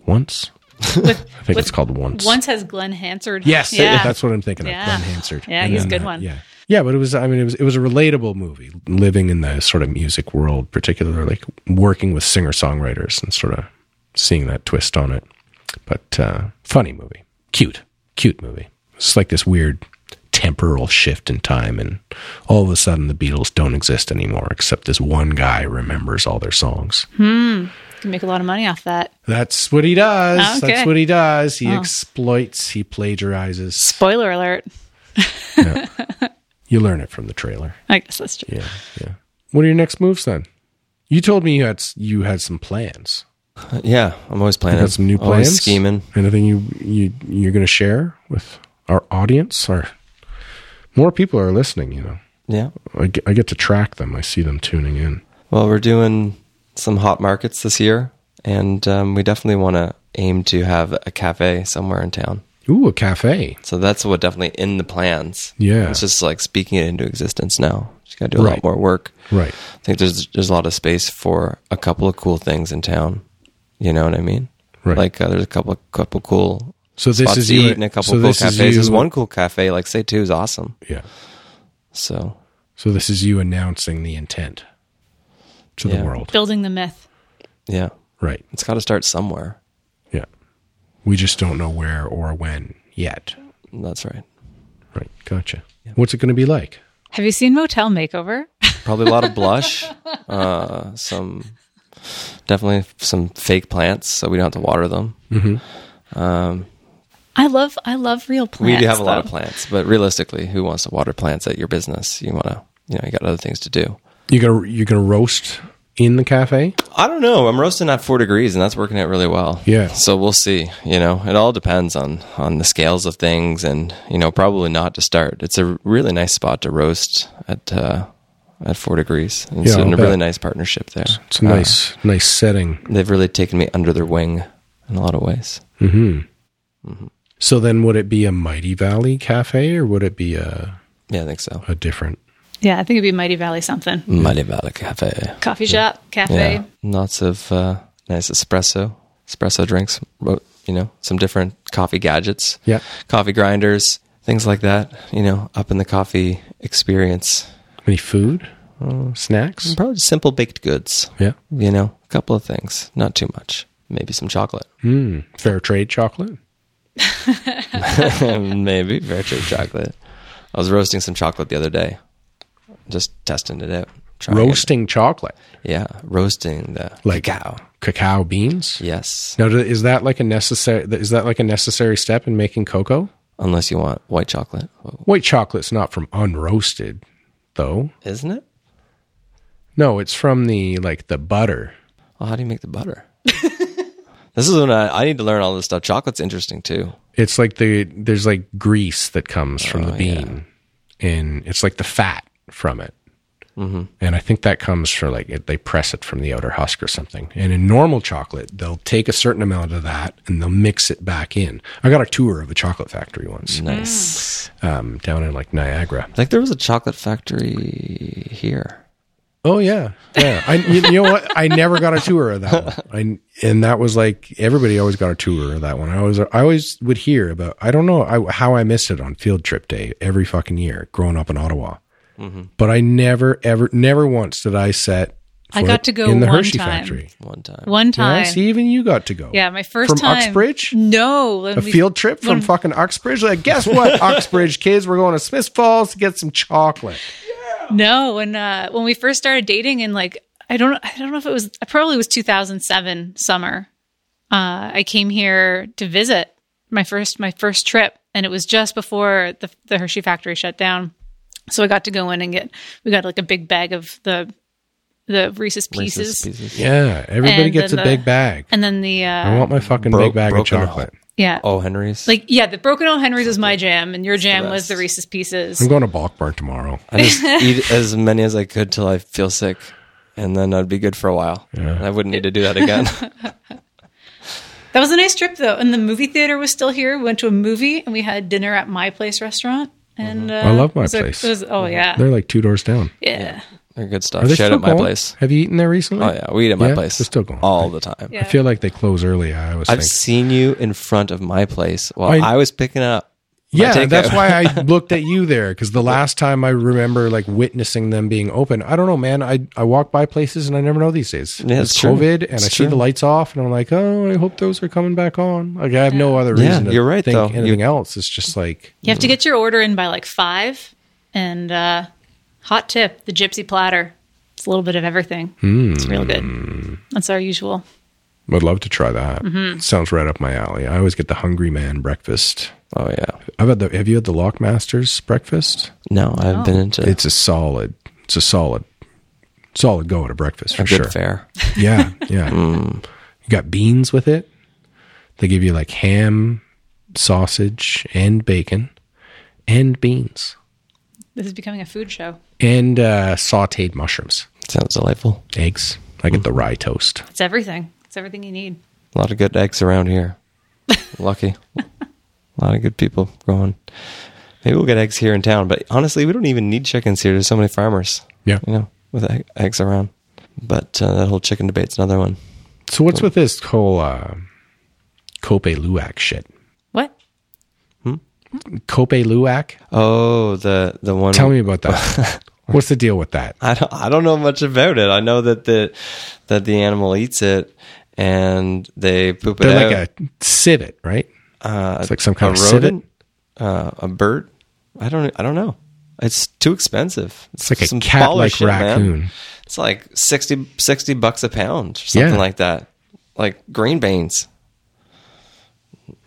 S1: Once. I think it's called Once.
S3: Once has Glenn Hansard.
S1: Yes,
S3: yeah.
S1: that's what I'm thinking
S3: Yeah.
S1: of. Glenn Hansard.
S3: Yeah,
S1: And
S3: he's a
S1: then
S3: good
S1: that-
S3: one.
S1: Yeah, yeah, but it was. I mean, it was. It was a relatable movie. Living in the sort of music world, particularly like working with singer songwriters and sort of seeing that twist on it. But uh, funny movie, cute, cute movie. It's like this weird temporal shift in time, and all of a sudden the Beatles don't exist anymore, except this one guy remembers all their songs.
S3: You can make a lot of money off that.
S1: That's what he does.
S3: Okay. Oh.
S1: That's what he does. He exploits. He plagiarizes.
S3: Spoiler alert.
S1: You learn it from the trailer.
S3: I guess that's true.
S1: Yeah, yeah. What are your next moves then? You told me you had you had some plans.
S2: Yeah, I'm always planning.
S1: You had some new
S2: Always
S1: plans.
S2: scheming.
S1: Anything you you you're going to share with our audience? Or more people are listening. You know,
S2: Yeah.
S1: I get, I get to track them. I see them tuning in.
S2: Well, we're doing some hot markets this year, and um, we definitely want to aim to have a cafe somewhere in town.
S1: Ooh, a cafe.
S2: So that's what definitely in the plans.
S1: Yeah.
S2: It's just like speaking it into existence now. Just got to do a
S1: Right.
S2: lot more work.
S1: Right.
S2: I think there's there's a lot of space for a couple of cool things in town. You know what I mean?
S1: Right.
S2: Like uh, there's a couple couple cool
S1: So this
S2: spots
S1: is
S2: to
S1: you.
S2: eat and a couple
S1: so
S2: cool
S1: this is
S2: cafes. There's
S1: you-
S2: one cool cafe. Like say two is awesome.
S1: Yeah.
S2: So
S1: So this is you announcing the intent to
S2: Yeah.
S1: the world.
S3: Building the myth.
S2: yeah,
S1: Right.
S2: it's got to start somewhere.
S1: Yeah. We just don't know where or when yet.
S2: That's right.
S1: Right. Gotcha. What's it going to be like?
S3: Have you seen Motel Makeover? [LAUGHS]
S2: Probably a lot of blush. Uh, some definitely some fake plants, so we don't have to water them.
S3: I love I love real
S2: we
S3: plants.
S2: do have a lot of
S3: though.
S2: plants, but realistically, who wants to water plants at your business? You want to, you know, you got other things to do.
S1: You gonna you gonna roast in the cafe?
S2: I don't know. I'm roasting at four degrees, and that's working out really well.
S1: Yeah.
S2: So we'll see. You know, it all depends on on the scales of things, and you know, probably not to start. It's a really nice spot to roast at uh, at four degrees. And It's
S1: Yeah, I'll
S2: a really
S1: bet.
S2: nice partnership there.
S1: It's a nice, nice setting.
S2: They've really taken me under their wing in a lot of ways.
S1: So then, would it be a Mighty Valley Cafe or would it be a,
S2: Yeah, I think so.
S1: a different?
S3: Yeah, I think it'd be Mighty Valley something.
S2: Mighty Valley Cafe.
S3: Coffee shop, cafe.
S2: Mm. Yeah, lots of uh, nice espresso, espresso drinks. ro- You know, some different coffee gadgets.
S1: Yeah.
S2: coffee grinders, things like that. You know, up in the coffee experience.
S1: Any food? Uh, snacks?
S2: Probably just simple baked goods.
S1: Yeah.
S2: You know, a couple of things, not too much. Maybe some chocolate. [LAUGHS]
S1: Mm, fair trade chocolate?
S2: Maybe very true chocolate. I was roasting some chocolate the other day, just testing it out.
S1: Oh,
S2: trying it.
S1: Roasting chocolate,
S2: yeah, roasting the
S1: Like-
S2: cacao.
S1: cacao beans.
S2: Yes,
S1: Now, do- is that like a necessary? Is that like a necessary step in making cocoa?
S2: unless you want white chocolate, Well,
S1: White chocolate's not from unroasted, though.
S2: isn't it?
S1: No, it's from the like the butter.
S2: Well, how do you make the butter? [LAUGHS] this is when I, I need to learn all this stuff. Chocolate's interesting too.
S1: It's like the there's like grease that comes from the bean, and it's like the fat from it. And I think that comes from like it, they press it from the outer husk or something. And in normal chocolate, they'll take a certain amount of that and they'll mix it back in. I got a tour of a chocolate factory once
S2: Nice.
S1: um, down in like Niagara.
S2: Like there was a chocolate factory here.
S1: Oh yeah, yeah. I, you, you know what? I never got a tour of that one, I, and that was like everybody always got a tour of that one. I always, I always would hear about. I don't know I, how I missed it on field trip day every fucking year growing up in Ottawa, but I never, ever, never once did I set.
S3: I
S1: foot
S3: got to go
S1: in the
S3: one
S1: Hershey
S3: time.
S1: factory.
S2: One time.
S3: One time.
S1: Yes, even you got to go.
S3: Yeah, my first
S1: from
S3: time.
S1: Uxbridge.
S3: No, when
S1: A
S3: we-
S1: field trip from fucking Uxbridge. Like, guess
S3: [LAUGHS]
S1: what, Uxbridge kids? We're going to Smith Falls to get some chocolate.
S3: No, when uh, when we first started dating, and like I don't I don't know if it was I probably was 2007 summer. Uh, I came here to visit my first my first trip, and it was just before the the Hershey factory shut down. So I got to go in and get we got like a big bag of the the Reese's pieces,
S2: Reese's pieces.
S1: Yeah, everybody
S3: And
S1: gets a
S3: then the-
S1: big bag.
S3: and then the
S1: I
S3: uh,
S1: want my fucking
S2: Broke-
S1: big bag of
S2: broken
S1: chocolate.
S3: yeah.
S2: Oh, Henry's.
S3: Like yeah, the broken O Henry's was my jam, and your jam was the
S2: best.
S3: Reese's
S1: I'm
S3: Pieces.
S1: going to Balkburn tomorrow.
S2: I
S3: [LAUGHS]
S2: just eat as many as I could till I feel sick, and then I'd be good for a while. And I wouldn't need to do that
S3: [LAUGHS]
S2: again.
S3: That was a nice trip though, and the movie theater was still here. We went to a movie and we had dinner at My Place restaurant. And uh,
S1: I love My
S3: it was a-
S1: Place.
S3: it was- oh yeah,
S1: They're like two doors down.
S3: yeah,
S2: They're good
S1: Are
S2: stuff.
S1: they
S2: Shout
S1: still
S2: out my
S1: going?
S2: place.
S1: Have you eaten there recently?
S2: Oh yeah, we eat at my
S1: Yeah,
S2: place.
S1: they're still going.
S2: all the time.
S1: I feel like they close early. I always
S2: I've
S1: think.
S2: seen you in front of my place while
S1: I-
S2: I, was picking up. my
S1: Yeah,
S2: takeout.
S1: that's why
S2: [LAUGHS]
S1: I looked at you there because the last time I remember like witnessing them being open. I don't know, man. I, I walk by places and I never know these days.
S2: Yeah,
S1: it's
S2: it's true.
S1: COVID and I
S2: It's
S1: see the
S2: true.
S1: lights off and I'm like, oh, I hope those are coming back on. Like I have no other
S2: Yeah,
S1: reason. to
S2: you're right,
S1: Think
S2: though. You-
S1: anything else? It's just like
S3: You have to get your order in by like five. And uh, hot tip: the Gypsy platter. It's a little bit of everything. It's real good. That's our usual.
S1: I'd love to try that. Sounds right up my alley. I always get the hungry man breakfast.
S2: Oh yeah.
S1: I've had the. Have you had the Lockmasters breakfast?
S2: No, I
S3: Oh.
S2: haven't been into
S1: it's a solid it's a solid solid go to breakfast for
S2: a good Mm.
S1: sure
S2: fair. [LAUGHS]
S1: yeah yeah you got beans with it they give you like ham sausage and bacon and beans
S3: This is becoming a food show.
S1: and uh, sauteed mushrooms
S2: Sounds delightful.
S1: eggs i get
S2: Mm.
S1: the rye toast
S3: It's everything. It's everything you need.
S2: A lot of good eggs around here. Lucky. a lot of good people growing. Maybe we'll get eggs here in town, but honestly, we don't even need chickens here. There's so many farmers,
S1: yeah
S2: you know, with egg, eggs around. But uh, that whole chicken debate's another one.
S1: so what's with this whole uh, cope luwak shit
S3: What?
S1: cope luwak
S2: Oh, the the one.
S1: tell me about
S2: [LAUGHS]
S1: that what's the deal with that
S2: I don't, I don't know much about it. I know that the that the animal eats it and they poop it
S1: they're
S2: out.
S1: like a civet right uh, it's like some kind
S2: a
S1: of civet
S2: rodent, uh, a bird. I don't. I don't know. It's too expensive.
S1: It's like a
S2: some
S1: cat
S2: baller
S1: like
S2: shit, man.
S1: raccoon.
S2: It's like 60, 60 bucks a pound, or something
S1: Yeah.
S2: like that. Like green beans.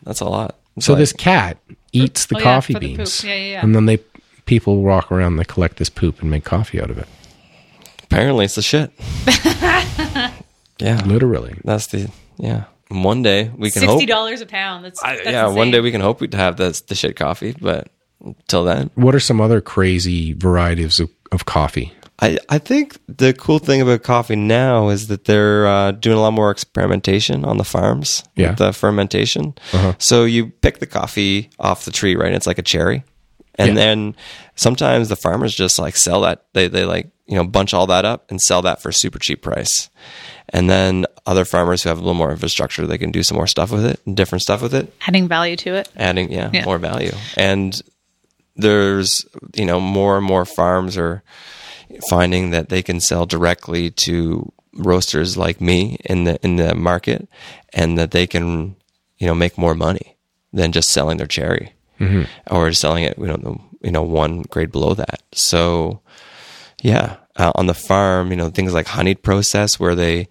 S2: That's a lot. It's
S1: So
S2: like-
S1: this cat eats the
S3: Oh, yeah,
S1: coffee
S3: for the poop.
S1: beans.
S3: Yeah, yeah, yeah.
S1: And then they people walk around, they collect this poop and make coffee out of it.
S2: Apparently, it's
S1: [LAUGHS]
S2: the shit. yeah,
S1: Literally.
S2: that's the yeah. One day we can hope.
S3: Sixty dollars a pound. That's,
S2: I,
S3: that's
S2: yeah, one
S3: insane.
S2: day we can hope we'd have the the shit coffee, but until then,
S1: What are some other crazy varieties of, of coffee?
S2: I, I think the cool thing about coffee now is that they're uh, doing a lot more experimentation on the farms
S1: Yeah. Uh-huh.
S2: with the fermentation. So you pick the coffee off the tree, right? It's like a cherry. And
S1: Yeah.
S2: then sometimes the farmers just like sell that. They, they like, you know, bunch all that up and sell that for a super cheap price. And then other farmers who have a little more infrastructure, they can do some more stuff with it, different stuff with it
S3: adding value to it.
S2: adding yeah,
S3: Yeah.
S2: more value and there's you know more and more farms are finding that they can sell directly to roasters like me in the in the market and that they can you know make more money than just selling their cherry or selling it we don't know you know one grade below that so yeah, uh, on the farm, you know, things like honeyed process where they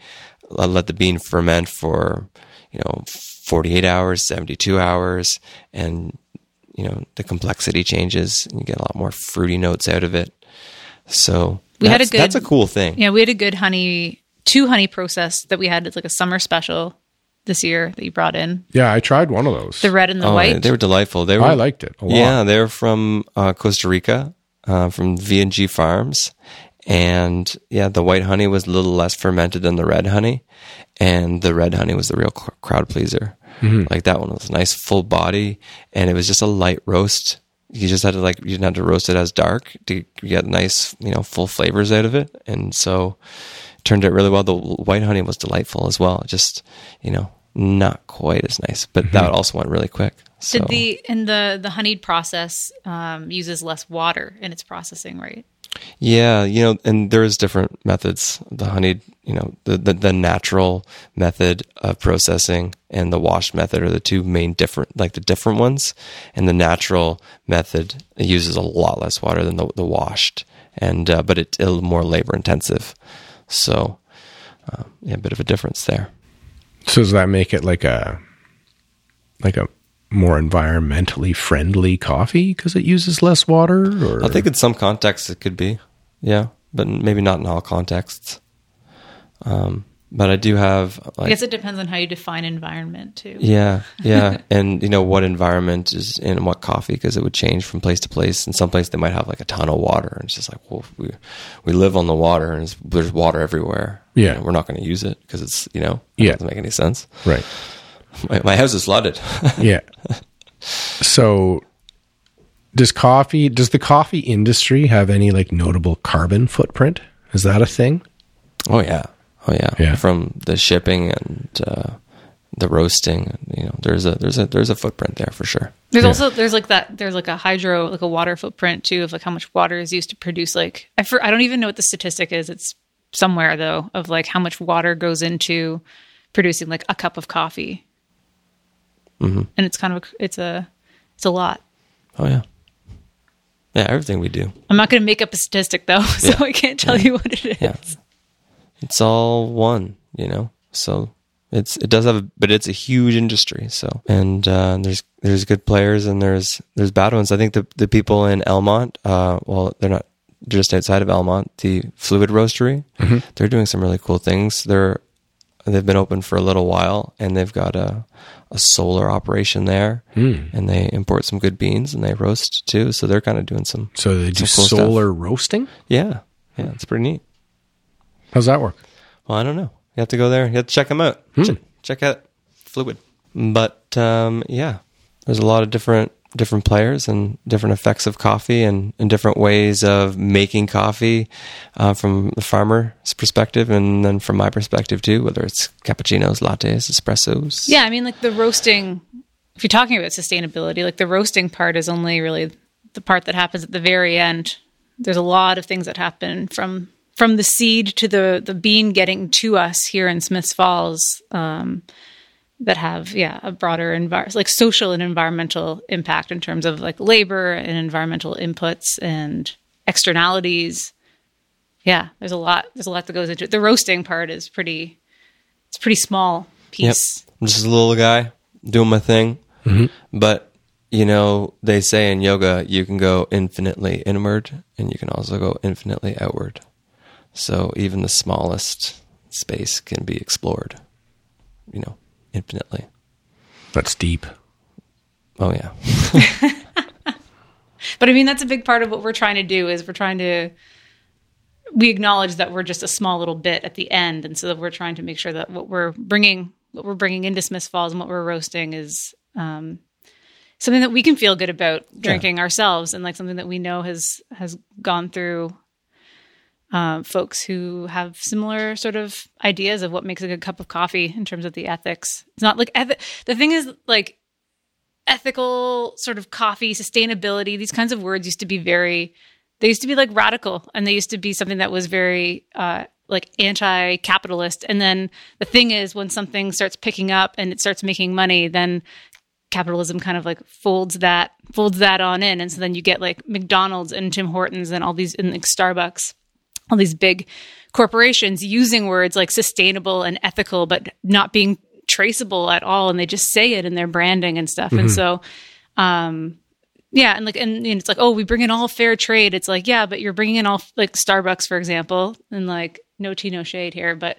S2: l- let the bean ferment for, you know, 48 hours, 72 hours and you know, the complexity changes and you get a lot more fruity notes out of it. So
S3: We had a
S2: that's- that's a
S3: good-
S2: cool thing.
S3: Yeah, we had a good honey, two honey process that we had. It's like a summer special this year that you brought in.
S1: Yeah, I tried one of those.
S3: The red and the
S2: Oh,
S3: white.
S2: They were delightful. They were
S1: I liked it a lot.
S2: Yeah, they're from uh, Costa Rica, uh, from V and G Farms, and yeah, the white honey was a little less fermented than the red honey, and the red honey was the real cr- crowd pleaser.
S1: Mm-hmm.
S2: Like that one was a nice full body, and it was just a light roast. You just had to like you didn't have to roast it as dark to get nice you know full flavors out of it, and so it turned out really well. The white honey was delightful as well. Just you know not quite as nice, but
S1: Mm-hmm.
S2: that also went really quick. So.
S3: Did the and the the honeyed process um, uses less water in its processing, right?
S2: Yeah, you know, and there's different methods. The honeyed, you know, the, the, the natural method of processing and the wash method are the two main different, like the different ones. And the natural method uses a lot less water than the, the washed, and uh, but it's a little more labor intensive. So, uh, yeah, a bit of a difference there.
S1: So does that make it like a like a more environmentally friendly coffee because it uses less water? Or
S2: I think in some contexts it could be, yeah, but maybe not in all contexts. Um, but I do have.
S3: I
S2: Like,
S3: guess it depends on how you define environment too.
S2: Yeah,
S1: [LAUGHS]
S2: yeah, and you know what environment is in what coffee because it would change from place to place. In some place, they might have like a ton of water, and it's just like, well, we we live on the water, and it's, there's water everywhere.
S1: Yeah.
S2: And we're not going to use it because it's you know, it
S1: Yeah.
S2: doesn't make any sense.
S1: right.
S2: My, my house is flooded. [LAUGHS]
S1: Yeah. so does coffee does the coffee industry have any like notable carbon footprint? Is that a thing?
S2: oh yeah, oh yeah.
S1: Yeah.
S2: From the shipping and uh, the roasting, you know, there's a there's a there's a footprint there for sure.
S3: There's also there's like that there's like a hydro like a water footprint too of like how much water is used to produce like I for, I don't even know what the statistic is. It's somewhere though of like how much water goes into producing like a cup of coffee.
S2: Mm-hmm.
S3: And it's kind of a, it's a it's a lot.
S2: Oh yeah, yeah. Everything we do.
S3: I'm not going to make up a statistic though, [LAUGHS] so I can't tell you what it is.
S2: yeah it's all one you know so it's it does have a, but it's a huge industry so and uh, there's there's good players and there's there's bad ones i think the the people in elmont uh well they're not they're just outside of elmont the fluid roastery they're doing some really cool things they're they've been open for a little while and they've got a a solar operation there and they import some good beans and they roast too so they're kind of doing some
S1: So they do
S2: Some cool
S1: solar roasting?
S2: yeah yeah it's pretty neat
S1: How's that work?
S2: Well, I don't know. You have to go there. You have to check them out. Ch- check out Fluid. But um, yeah, there's a lot of different different players and different effects of coffee and, and different ways of making coffee uh, from the farmer's perspective and then from my perspective too, whether it's cappuccinos, lattes, espressos.
S3: Yeah, I mean, like the roasting. If you're talking about sustainability, like the roasting part is only really the part that happens at the very end. There's a lot of things that happen from from the seed to the the bean getting to us here in Smiths Falls um, that have yeah a broader envir- like social and environmental impact in terms of like labor and environmental inputs and externalities. Yeah, there's a lot. There's a lot that goes into it. The roasting part is pretty. It's a pretty small
S2: Yep.
S3: piece.
S2: I'm just a little guy doing my thing. But, you know, they say in yoga, you can go infinitely inward and you can also go infinitely outward. So even the smallest space can be explored, you know, infinitely.
S1: That's deep.
S2: Oh yeah.
S3: But I mean, that's a big part of what we're trying to do is we're trying to we acknowledge that we're just a small little bit at the end, and so that we're trying to make sure that what we're bringing, what we're bringing into Smith Falls, and what we're roasting is um, something that we can feel good about drinking ourselves, and like something that we know has has gone through. Uh, folks who have similar sort of ideas of what makes a good cup of coffee in terms of the ethics. It's not like eth- the thing is like ethical sort of coffee sustainability these kinds of words used to be very they used to be like radical and they used to be something that was very uh, like anti-capitalist and then the thing is when something starts picking up and it starts making money then capitalism kind of like folds that folds that on in and so then you get like mcdonald's and tim hortons and all these and like starbucks all these big corporations using words like sustainable and ethical, but not being traceable at all. And they just say it in their branding and stuff. And so, um, yeah, and like, and, and it's like, oh, we bring in all fair trade. It's like, yeah, but you're bringing in all like Starbucks, for example, and like no tea, no shade here, but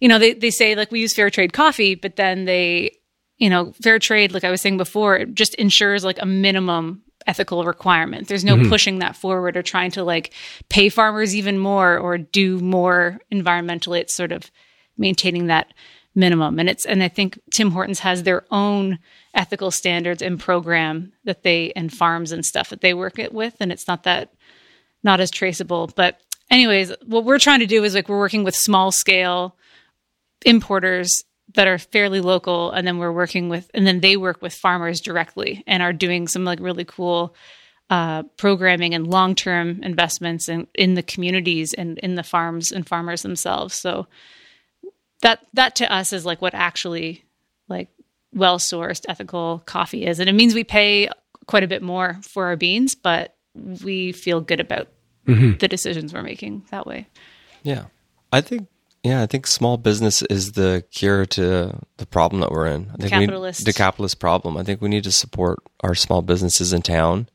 S3: you know, they they say like we use fair trade coffee, but then they, you know, fair trade, like I was saying before, it just ensures like a minimum ethical requirement. There's no pushing that forward or trying to like pay farmers even more or do more environmentally. It's sort of maintaining that minimum. And it's and I think Tim Hortons has their own ethical standards and program that they and farms and stuff that they work it with. And it's not that not as traceable. But anyways, what we're trying to do is like we're working with small scale importers that are fairly local and then we're working with and then they work with farmers directly and are doing some like really cool uh, programming and long-term investments in, in the communities and in the farms and farmers themselves so that that to us is like what actually like well sourced ethical coffee is and it means we pay quite a bit more for our beans but we feel good about the decisions we're making that way
S2: Yeah. I think yeah, I think small business is the cure to the problem that we're in. I think
S3: Capitalist.
S2: We, the capitalist problem. I think we need to support our small businesses in town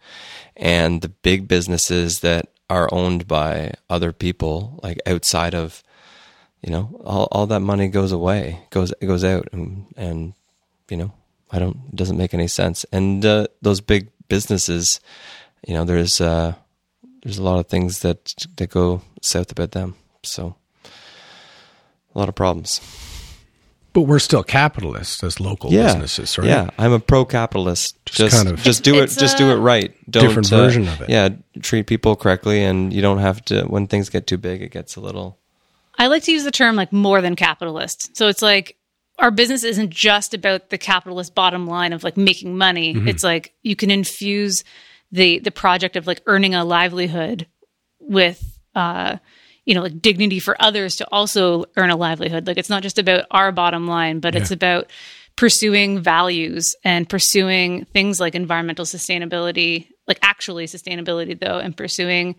S2: and the big businesses that are owned by other people, like outside of you know, all, all that money goes away, goes goes out and and you know, I don't it doesn't make any sense. And uh, those big businesses, you know, there's uh there's a lot of things that that go south about them. So a lot of problems.
S1: But we're still capitalists as local businesses, right?
S2: Yeah, I'm a pro-capitalist. Just,
S1: kind of-
S2: just do it.
S3: It's
S2: just
S3: a
S2: do it right. Don't, uh,
S1: different version of it.
S2: Yeah, treat people correctly, and you don't have to. When things get too big, it gets a little.
S3: I like to use the term like more than capitalist. So it's like our business isn't just about the capitalist bottom line of like making money. It's like you can infuse the the project of like earning a livelihood with uh you know like dignity for others to also earn a livelihood. Like it's not just about our bottom line, but it's about pursuing values and pursuing things like environmental sustainability, like actually sustainability though, and pursuing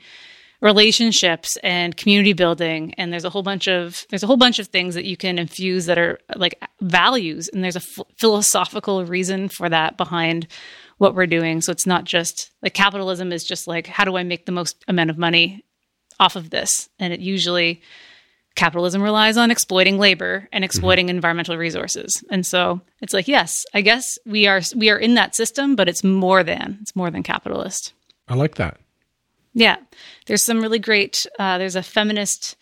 S3: relationships and community building and there's a whole bunch of there's a whole bunch of things that you can infuse that are like values and there's a ph philosophical reason for that behind what we're doing so it's not just like capitalism is just like how do i make the most amount of money off of this and it usually capitalism relies on exploiting labor and exploiting environmental resources and so it's like yes i guess we are we are in that system but it's more than it's more than capitalist
S1: I like that.
S3: yeah, there's some really great. Uh, there's a feminist.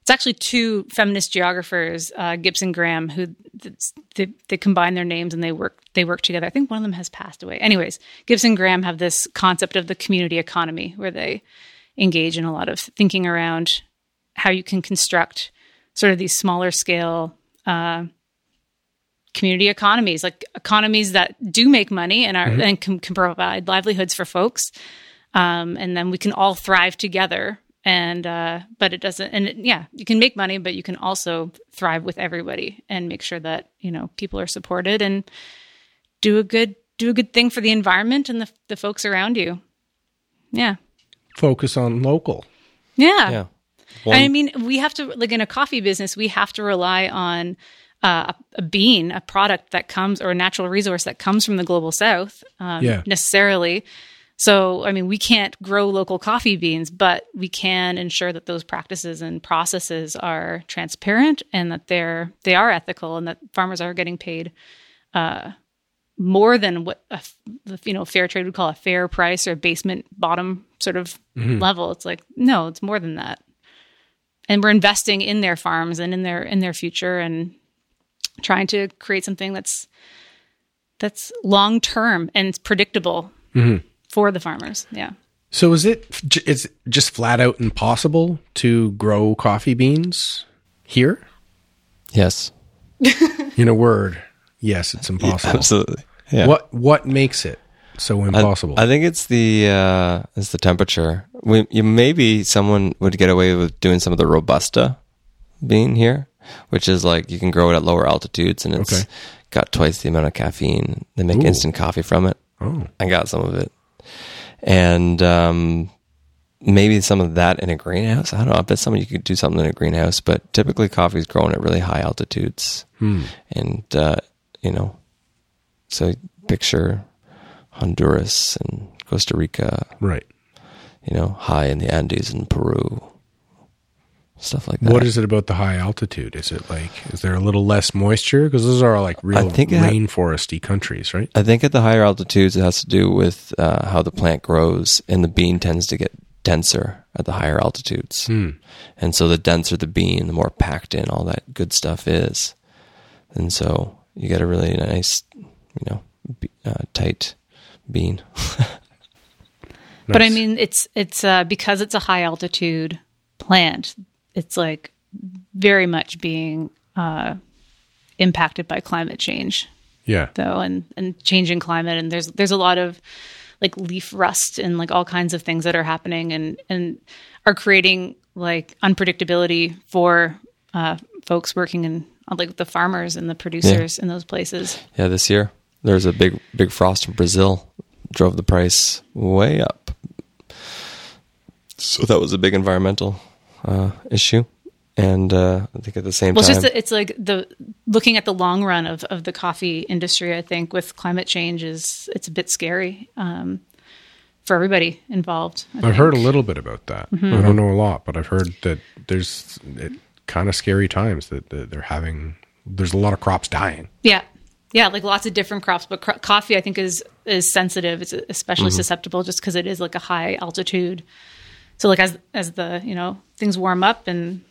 S3: It's actually two feminist geographers, uh, Gibson Graham, who that's- they, they combine their names and they work they work together. I think one of them has passed away. Anyways, Gibson Graham have this concept of the community economy where they engage in a lot of thinking around how you can construct sort of these smaller scale uh, community economies, like economies that do make money and are and can, can provide livelihoods for folks, um, and then we can all thrive together. And uh, but it doesn't. And it, yeah, you can make money, but you can also thrive with everybody and make sure that you know people are supported and do a good do a good thing for the environment and the the folks around you. Yeah,
S1: Focus on local.
S3: yeah.
S2: Yeah.
S3: I mean, we have to like in a coffee business, we have to rely on uh, a, a bean, a product that comes or a natural resource that comes from the global south, um,
S1: Yeah.
S3: necessarily. So, I mean, we can't grow local coffee beans, but we can ensure that those practices and processes are transparent and that they're they are ethical and that farmers are getting paid uh, more than what a, f- you know fair trade would call a fair price or a basement bottom sort of
S1: Mhm.
S3: level. It's like no, it's more than that, and we're investing in their farms and in their in their future and trying to create something that's that's long term and predictable for the farmers. Yeah.
S1: So is it j- is it just flat out impossible to grow coffee beans here?
S2: Yes,
S1: In a word, yes, it's impossible.
S2: absolutely. Yeah.
S1: What what makes it so impossible?
S2: I think it's the uh, it's the temperature. We, you, maybe someone would get away with doing some of the robusta bean here, which is like you can grow it at lower altitudes and it's
S1: Okay.
S2: got twice the amount of caffeine. They make instant coffee from it.
S1: oh,
S2: I got some of it, and um, maybe some of that in a greenhouse. I don't know. I bet some of you could do something in a greenhouse, but typically coffee's grown at really high altitudes,
S1: Hmm.
S2: and uh, you know, so picture Honduras and Costa Rica,
S1: right.
S2: you know, high in the Andes and Peru, stuff like that.
S1: What is it about the high altitude? Is it like is there a little less moisture? Because those are like real
S2: think it ha-
S1: rainforesty countries, right?
S2: I think at the higher altitudes, it has to do with uh, how the plant grows, and the bean tends to get denser at the higher altitudes.
S1: Hmm.
S2: And so, the denser the bean, the more packed in all that good stuff is. And so, you get a really nice, you know, be- uh, tight bean.
S3: But I
S1: Nice.
S3: mean, it's it's uh, because it's a high altitude plant. It's like very much being uh, impacted by climate change,
S1: yeah,
S3: though, and and changing climate. And there's there's a lot of like leaf rust and like all kinds of things that are happening and and are creating like unpredictability for uh, folks working in uh, like the farmers and the producers in those places.
S2: yeah, this year there was a big, big frost in Brazil, drove the price way up. So that was a big environmental uh, issue. And uh, I think at the same
S3: Well, it's
S2: time,
S3: just that it's like the looking at the long run of of the coffee industry. I think with climate change is it's a bit scary um, for everybody involved. I
S1: I've
S3: think.
S1: heard a little bit about that. I don't know a lot, but I've heard that there's it, kind of scary times that, that they're having. There's a lot of crops dying.
S3: yeah, yeah, like lots of different crops, but cro- coffee I think is is sensitive. It's
S2: Mm-hmm.
S3: especially susceptible just because it is like a high altitude. So like as as the you know things warm up and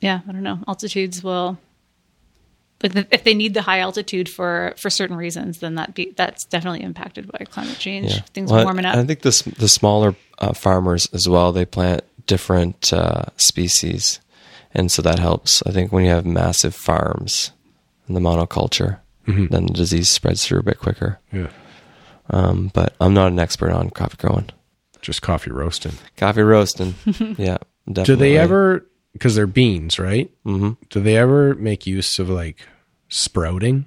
S3: yeah, I don't know altitudes will. Like the, if they need the high altitude for for certain reasons, then that be that's definitely impacted by climate change. Things
S2: Well, I-
S3: warming up.
S2: I think the s- the smaller uh, farmers as well they plant different uh, species, and so that helps. I think when you have massive farms and the monoculture, then the disease spreads through a bit quicker.
S1: Yeah,
S2: Um, but I'm not an expert on coffee growing,
S1: just coffee roasting.
S2: coffee
S3: [LAUGHS]
S2: roasting. yeah, definitely.
S1: Do they ever? Because they're beans, right? Mm-hmm. Do they ever make use of like sprouting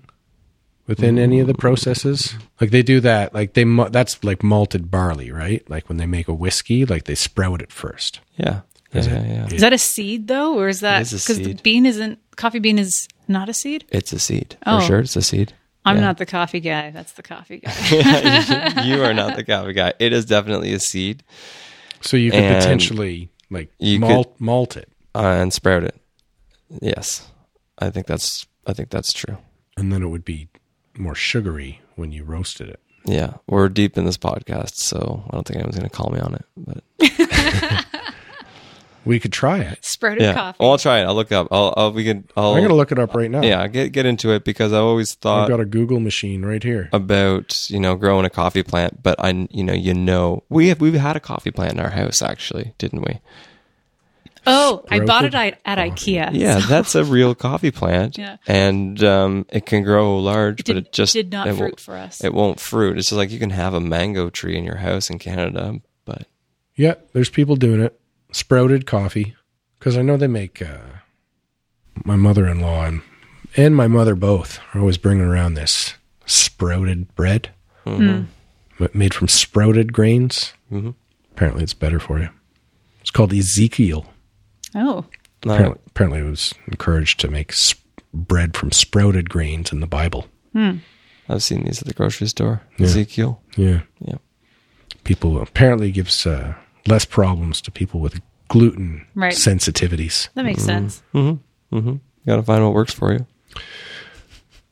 S1: within any of the processes? Like they do that. Like they mu- that's like malted barley, right? Like when they make a whiskey, like they sprout it first.
S2: Yeah, yeah, yeah, yeah.
S3: Is that a seed though, or is that
S2: is a
S3: because the
S2: seed.
S3: bean isn't coffee bean is not a seed?
S2: It's a seed for
S3: Oh.
S2: sure. It's a
S3: [LAUGHS]
S2: seed. [LAUGHS]
S3: I'm
S2: Yeah.
S3: not the coffee guy. That's the coffee guy. [LAUGHS]
S2: you are not the coffee guy. It is definitely a seed
S1: So you could
S2: And
S1: potentially like
S2: you
S1: malt malt it,
S2: uh, and sprout it. Yes, I think that's I think that's true.
S1: and then it would be more sugary when you roasted it.
S2: Yeah, we're deep in this podcast, so I don't think anyone's going to call me on it. But
S1: We could try it.
S3: Sprouted
S2: yeah,
S3: coffee.
S2: well, I'll try it. I'll look up. I'll, I'll we can. I'll,
S1: I'm gonna look it up right now.
S2: Oh. yeah, Uh, get get into it because I always
S1: I've
S2: thought
S1: got a Google machine right here.
S2: about you know growing a coffee plant, but I you know you know we have we've had a coffee plant in our house actually, didn't we?
S3: oh, I bought it
S1: Sprouted
S3: at, at IKEA.
S2: Yeah, that's a real coffee plant.
S3: Yeah.
S2: and um, it can grow large, but
S3: Did,
S2: it just
S3: did not
S2: it
S3: fruit
S2: won't-
S3: for us.
S2: It won't fruit. It's just like you can have a mango tree in your house in Canada, but
S1: Yeah, there's people doing it. Sprouted coffee, because I know they make. Uh, my mother-in-law and and my mother both are always bringing around this sprouted bread, but made from sprouted grains.
S2: Mhm.
S1: Apparently, it's better for you. It's called Ezekiel.
S3: oh,
S2: no,
S1: Apparently, apparently it was encouraged to make sp- bread from sprouted grains in the Bible.
S2: I've seen these at the grocery store. Ezekiel.
S1: Yeah.
S2: Yeah.
S1: people apparently gives uh, less problems to people with gluten
S3: Right.
S1: sensitivities.
S3: That makes
S1: Mm-hmm.
S3: sense.
S2: You gotta find what works for you.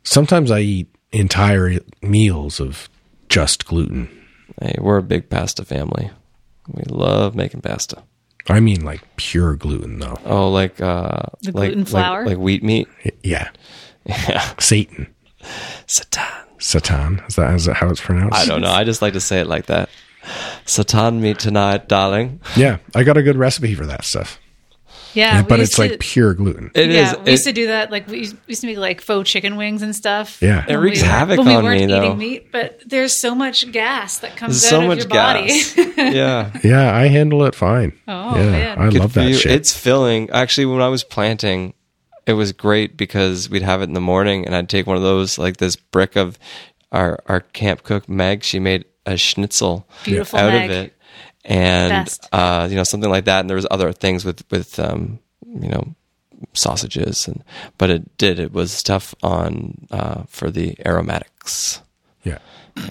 S1: Sometimes I eat entire meals of just gluten.
S2: Hey, we're a big pasta family. We love making pasta.
S1: I mean, like pure gluten, though.
S2: Oh, like uh,
S3: The
S2: like,
S3: gluten
S2: like-
S3: flour?
S2: like, wheat meat.
S1: Yeah,
S2: Yeah, [LAUGHS]
S1: Satan,
S2: satan.
S1: Satan. Is that, is that how it's pronounced?
S2: I don't know. I just like to say it like that. Satan me tonight, darling.
S1: Yeah, I got a good recipe for that stuff,
S3: Yeah,
S1: but
S3: we
S1: it's
S3: used to-
S1: like pure gluten.
S2: It is.
S3: yeah, we used
S2: it-
S3: to do that. Like we used we used to make like faux chicken wings and stuff.
S1: Yeah. It
S3: when
S2: wreaks
S3: we were-
S2: havoc
S3: when we
S2: on
S3: weren't
S2: me,
S3: eating
S2: though.
S3: meat. But there's so much gas that comes
S2: there's
S3: out
S2: so
S3: of
S2: much
S3: your body. [LAUGHS]
S2: gas. yeah,
S1: Yeah, I handle it fine.
S3: Oh,
S1: yeah,
S3: man.
S1: I
S2: Good
S1: love
S2: for
S1: that
S2: you.
S1: shit.
S2: It's filling. Actually, when I was planting, it was great because we'd have it in the morning, and I'd take one of those, like this brick of our our camp cook Meg. She made a schnitzel
S3: Beautiful
S2: out
S3: Meg.
S2: of it, and
S3: Best.
S2: uh, you know something like that. And there was other things with with um, you know sausages and but it did it was stuff on uh, for the aromatics
S1: yeah,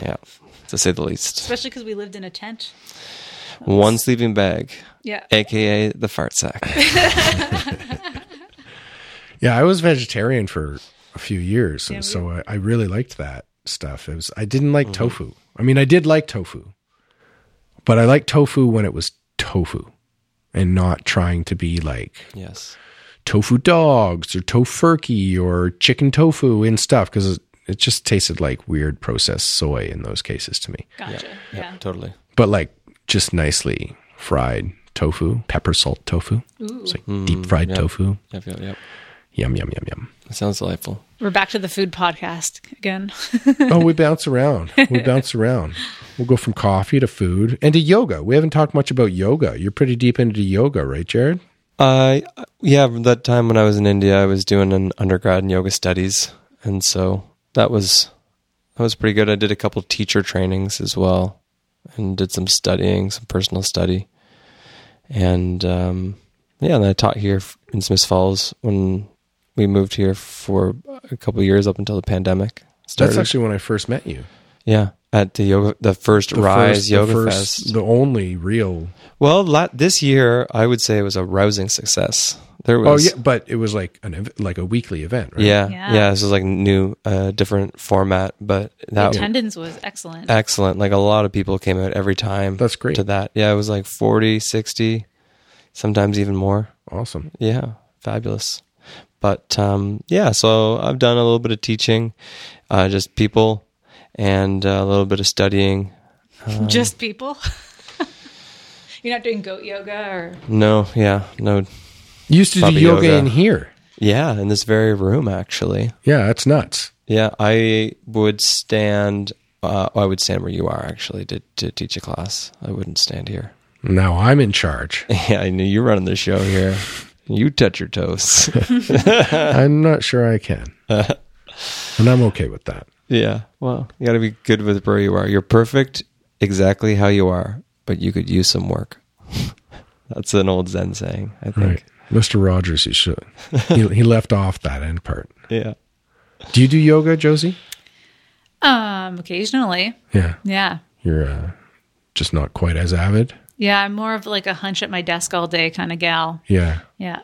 S2: yeah to say the least
S3: Especially because we lived in a tent.
S2: one sleeping bag
S3: Yeah.
S2: aka the fart sack [LAUGHS]
S1: yeah. I was vegetarian for a few years,
S3: Yeah,
S1: and
S3: we-
S1: so I, I really liked that stuff. It was I didn't like tofu. I mean, I did like tofu, but I liked tofu when it was tofu, and not trying to be like
S2: yes
S1: tofu dogs or tofurkey or chicken tofu and stuff because it, it just tasted like weird processed soy in those cases to me.
S3: Gotcha.
S2: yeah
S3: Yeah.
S2: totally
S1: but like just nicely fried tofu, pepper salt tofu. It's like deep fried tofu.
S2: Yep, yep, yep.
S1: Yum yum yum yum.
S2: That sounds delightful.
S3: We're back to the food podcast
S2: [LAUGHS]
S3: again.
S1: oh, we bounce around. We bounce around. We'll go from coffee to food and to yoga. We haven't talked much about yoga. You're pretty deep into yoga, right, Jared?
S2: I yeah, that time when I was in India, I was doing an undergrad in yoga studies, and so that was that was pretty good. I did a couple teacher trainings as well, and did some studying, some personal study, and um, yeah, and I taught here f- in Smith Falls when we moved here for a couple years up until the pandemic started.
S1: That's actually when I first met you.
S2: yeah, at the yoga, the first Rise
S1: first-
S2: Yoga
S1: the first-
S2: Fest.
S1: the only real.
S2: Well, la- this year I would say it was a rousing success. There
S1: Oh
S2: was,
S1: yeah, but it was like an ev- like a weekly event, right?
S2: yeah,
S3: Yeah.
S2: yeah, This is like new, uh, different format, but
S3: the
S2: that was
S3: attendance was excellent.
S2: excellent. Like a lot of people came out every time.
S1: That's great.
S2: To that, yeah, it was like 40, 60, sometimes even more.
S1: Awesome.
S2: Yeah, fabulous. But um, yeah, so I've done a little bit of teaching, uh, just people, and uh, a little bit of studying. Uh-huh.
S3: Just people. [LAUGHS] You're not doing goat yoga or
S2: No, yeah, no,
S1: You used to
S2: Baba
S1: do yoga,
S2: yoga.
S1: in here.
S2: yeah, in this very room actually.
S1: Yeah, that's nuts.
S2: Yeah, I would stand. Uh, I would stand where you are actually to, to teach a class. I wouldn't stand here.
S1: Now I'm in
S2: [LAUGHS]
S1: charge.
S2: Yeah, I knew you were running the show here. You touch your toes. [LAUGHS]
S1: I'm not sure I can. and I'm okay with that.
S2: yeah. Well, you got to be good with where you are. You're perfect exactly how you are, but you could use some work. [LAUGHS] That's an old Zen saying, I think.
S1: Right. Mr. Rogers, he should. he, he left off that end part.
S2: Yeah.
S1: Do you do yoga, Josie?
S3: um occasionally.
S1: Yeah.
S3: Yeah.
S1: You're uh, just not quite as avid.
S3: Yeah, I'm more of like a hunch at my desk all day kind of gal.
S1: Yeah,
S3: Yeah.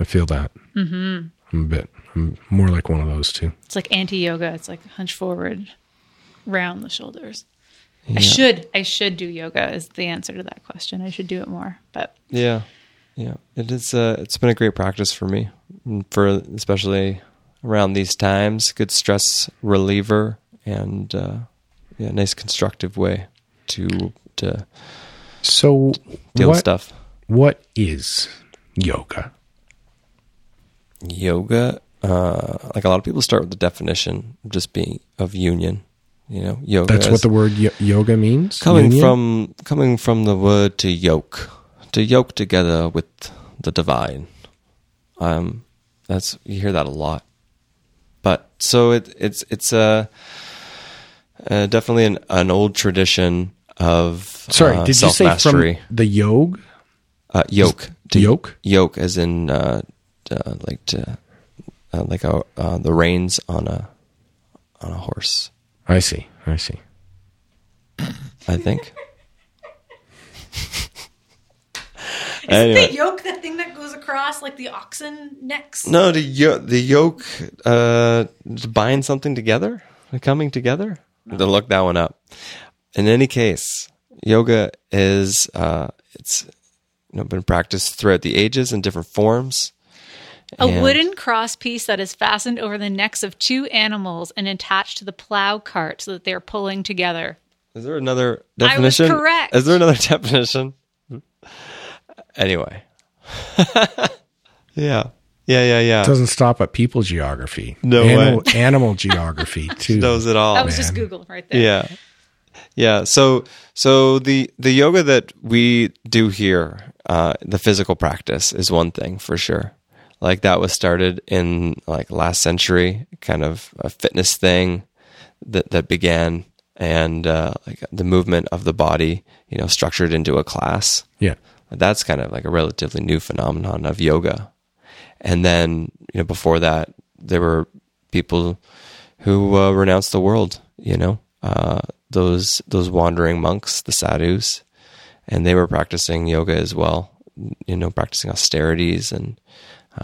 S1: I feel that. Mm-hmm. I'm a bit. I'm more like one of those too.
S3: It's like anti yoga. It's like hunch forward, round the shoulders. I should I should do yoga is the answer to that question. I should do it more. But
S2: Yeah. Yeah. It is uh it's been a great practice for me and for especially around these times, good stress reliever and uh yeah, nice constructive way to to
S1: So,
S2: deal
S1: what,
S2: with stuff.
S1: what is yoga?
S2: yoga uh like a lot of people start with the definition of just being of union you know yoga
S1: That's
S2: is
S1: what the word y- yoga means.
S2: coming
S1: Union?
S2: from coming from the word to yoke to yoke together with the divine um that's you hear that a lot but so it it's it's a uh, definitely an, an old tradition of
S1: Sorry,
S2: uh,
S1: did you say
S2: self-mastery.
S1: from the yog?
S2: uh, yoke to
S1: Yoke?
S2: yoke as in uh, uh, like to, uh, like a, uh, the reins on a on a horse
S1: I see. I see.
S2: i think [LAUGHS] Anyway.
S4: the yoke that thing that goes across like the oxen necks?
S2: No, the yo- the yoke uh, to bind something together, coming together. To look that one up. In any case, yoga is uh, it's you know, been practiced throughout the ages in different forms.
S3: A
S2: And-
S3: wooden cross piece that is fastened over the necks of two animals and attached to the plow cart so that they're pulling together.
S2: Is there another
S3: I was
S2: definition?
S3: correct.
S2: Is there another [LAUGHS] definition? Anyway. [LAUGHS] yeah. Yeah, yeah, yeah.
S1: It doesn't stop at people geography.
S2: No
S1: animal,
S2: way.
S1: animal
S2: [LAUGHS]
S1: geography too.
S2: Knows it all.
S3: That was just Google right there.
S2: Oh, yeah yeah so so the the yoga that we do here uh the physical practice is one thing for sure like that was started in like last century kind of a fitness thing that that began and uh like the movement of the body you know structured into a class
S1: Yeah.
S2: that's kind of like a relatively new phenomenon of yoga. And then, you know, before that, there were people who uh, renounced the world, you know, uh, those, those wandering monks, the sadhus, and they were practicing yoga as well, you know, practicing austerities and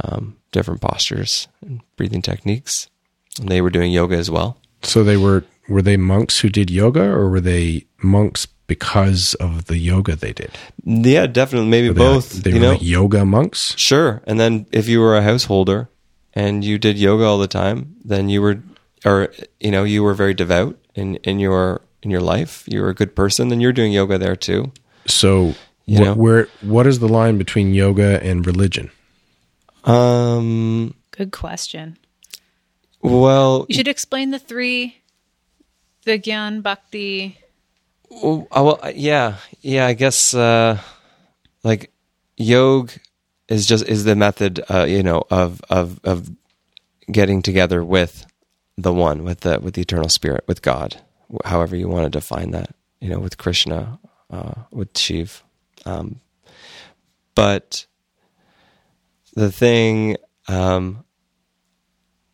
S2: um, different postures and breathing techniques. And they were doing yoga as well.
S1: So they were were they monks who did yoga, or were they monks because of the yoga they did?
S2: Yeah, definitely. Maybe
S1: Were they
S2: both.
S1: like- They,
S2: you
S1: were
S2: know?
S1: like yoga monks.
S2: Sure. And then if you were a householder and you did yoga all the time, then you were or you know, you were very devout in in your in your life. You were a good person, then you're doing yoga there too.
S1: So
S2: You
S1: wh-
S2: know?
S1: where what is the line between yoga and religion?
S2: Um
S3: Good question.
S2: well,
S3: You should explain the three the Gyan Bhakti.
S2: oh, well yeah. Yeah, I guess uh like yoga is just is the method uh you know of of of getting together with the one with the with the eternal spirit with god wh- however you want to define that you know with krishna uh with shiv um but the thing um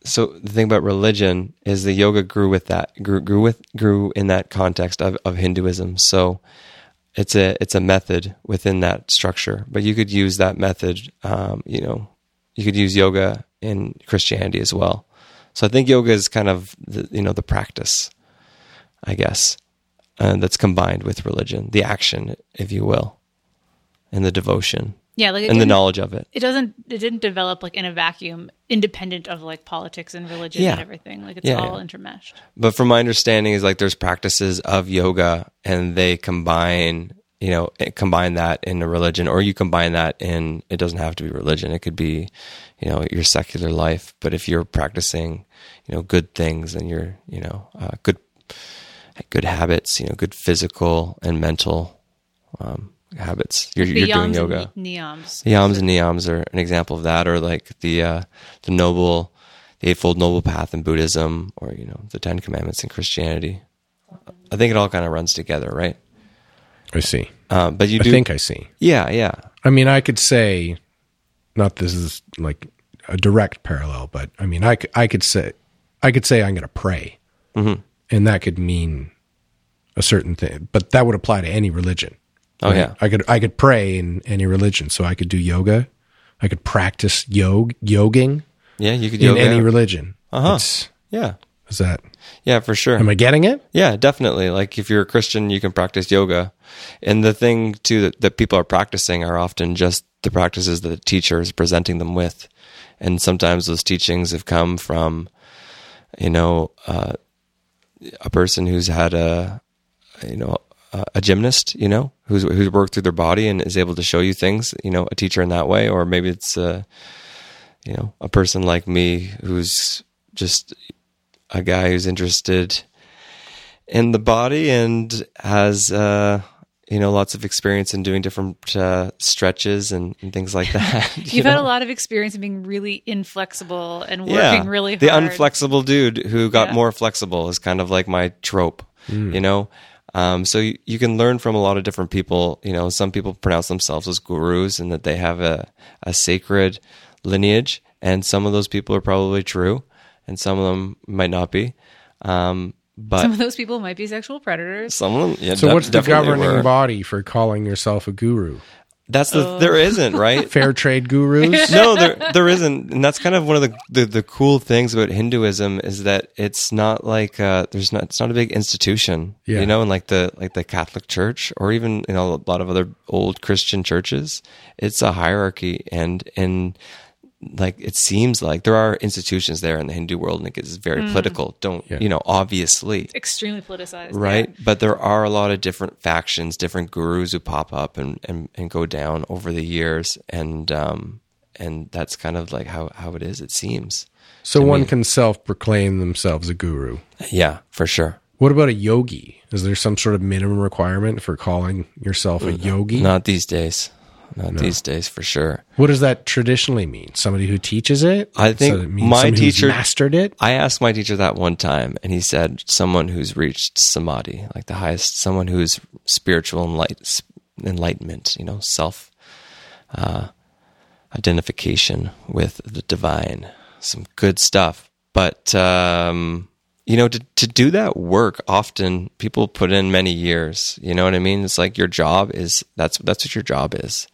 S2: so the thing about religion is the yoga grew with that grew grew with grew in that context of of hinduism so it's a it's a method within that structure. But you could use that method, um, you know, you could use yoga in Christianity as well. So I think yoga is kind of the, you know the practice, I guess, uh, that's combined with religion, the action, if you will, and the devotion
S3: Yeah, like it,
S2: and the
S3: didn't-
S2: knowledge of it.
S3: it doesn't it didn't develop like in a vacuum, independent of like politics and religion
S2: Yeah.
S3: and everything. Like it's
S2: Yeah,
S3: all
S2: yeah.
S3: intermeshed.
S2: but from my understanding is like there's practices of yoga and they combine you know eh, combine that in a religion or you combine that in it doesn't have to be religion it could be you know your secular life but if you're practicing you know good things and you're you know uh, good good habits you know good physical and mental um, habits you're,
S3: The
S2: you're doing
S3: yams and
S2: yoga
S3: ni- niyams.
S2: the yams and niyams are an example of that, or like the uh, the noble, the eightfold noble path in Buddhism, or you know the Ten Commandments in Christianity. I think it all kind of runs together, right?
S1: I see.
S2: Uh, but you
S1: I
S2: do,
S1: think I see.
S2: yeah, yeah,
S1: I mean, I could say, not this is like a direct parallel, but I mean, I, c- I could say, I could say I'm going to pray,
S2: Mm-hmm.
S1: and that could mean a certain thing, but that would apply to any religion.
S2: oh yeah,
S1: I could I could pray in any religion, so I could do yoga, I could practice yog yoging
S2: yeah. You could
S1: in
S2: yoga,
S1: any religion.
S2: Uh-huh.
S1: It's-
S2: yeah,
S1: Is that?
S2: yeah, for sure.
S1: Am I getting it?
S2: Yeah, definitely. Like if you're a Christian, you can practice yoga. And the thing too that, that people are practicing are often just the practices that the teacher is presenting them with. And sometimes those teachings have come from, you know, uh, a person who's had a, you know, a, a gymnast, you know, who's who's worked through their body and is able to show you things, you know, a teacher in that way, or maybe it's a, you know, a person like me who's just a guy who's interested in the body and has uh you know lots of experience in doing different uh, stretches and, and things like that you
S3: You've had
S2: know?
S3: a lot of experience in being really inflexible and working
S2: yeah
S3: really hard.
S2: the unflexible dude who got
S3: Yeah.
S2: more flexible is kind of like my trope
S1: Hmm.
S2: you know um, so you, you can learn from a lot of different people you know some people pronounce themselves as gurus and that they have a, a sacred lineage and some of those people are probably true and some of them might not be um, but
S3: Some
S2: some,
S3: of those people might be sexual predators.
S2: of them yeah,
S1: So
S2: def-
S1: what's the
S2: definitely
S1: governing
S2: were.
S1: body for calling yourself a guru?
S2: That's the
S3: Oh.
S2: there isn't
S3: [LAUGHS]
S2: right. [LAUGHS]
S1: Fair trade [LAUGHS] gurus.
S2: no, there there isn't, and that's kind of one of the, the the cool things about Hinduism is that it's not like uh, there's not it's not a big institution,
S1: Yeah.
S2: you know, and like the like the Catholic Church or even you know a lot of other old Christian churches, it's a hierarchy, and and like it seems like there are institutions there in the Hindu world, and it gets very political. Don't you know? Obviously,
S3: Extremely politicized.
S2: right? But there are a lot of different factions, different gurus who pop up and, and, and go down over the years, and um, and that's kind of like how, how it is. It seems,
S1: So one can self proclaim themselves a guru.
S2: yeah, for sure.
S1: What about a yogi? Is there some sort of minimum requirement for calling yourself a yogi?
S2: Not these days, not these days for sure.
S1: What does that traditionally mean? Somebody who teaches it?
S2: I think
S1: it
S2: my
S1: somebody who's
S2: teacher-
S1: mastered it.
S2: I asked my teacher that one time, and he said someone who's reached samadhi, like the highest, someone who's spiritual enlight, enlightenment, you know, self uh, identification with the divine. Some good stuff, but um, you know, to to do that work, often people put in many years. You know what I mean? It's like your job is that's that's what your job is,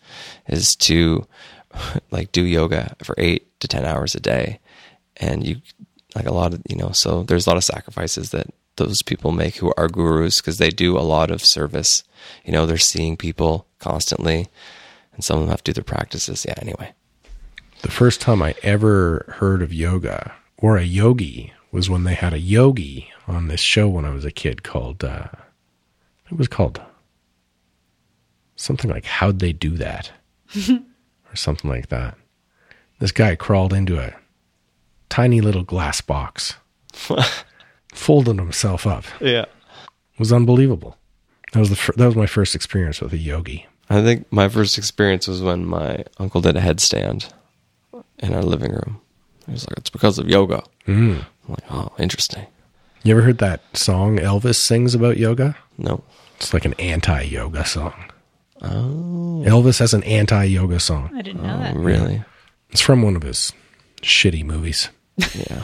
S2: is to [LAUGHS] like do yoga for eight to ten hours a day and you like a lot of you know so there's a lot of sacrifices that those people make who are gurus because they do a lot of service you know they're seeing people constantly and some of them have to do their practices yeah anyway [LAUGHS]
S1: The first time I ever heard of yoga or a yogi was when they had a yogi on this show when I was a kid called, uh, it was called something like How'd They Do That? or something like that. This guy crawled into a tiny little glass box, folded himself up.
S2: yeah
S1: It was unbelievable. That was the fir- that was my first experience with a yogi.
S2: i think my first experience was when my uncle did a headstand in our living room he was like it's because of yoga i'm like oh interesting
S1: You ever heard that song Elvis sings about yoga?
S2: no
S1: It's like an anti-yoga song. Oh. Elvis has an anti-yoga song.
S3: I
S2: Oh.
S3: didn't know that.
S2: really
S1: It's from one of his shitty movies.
S2: yeah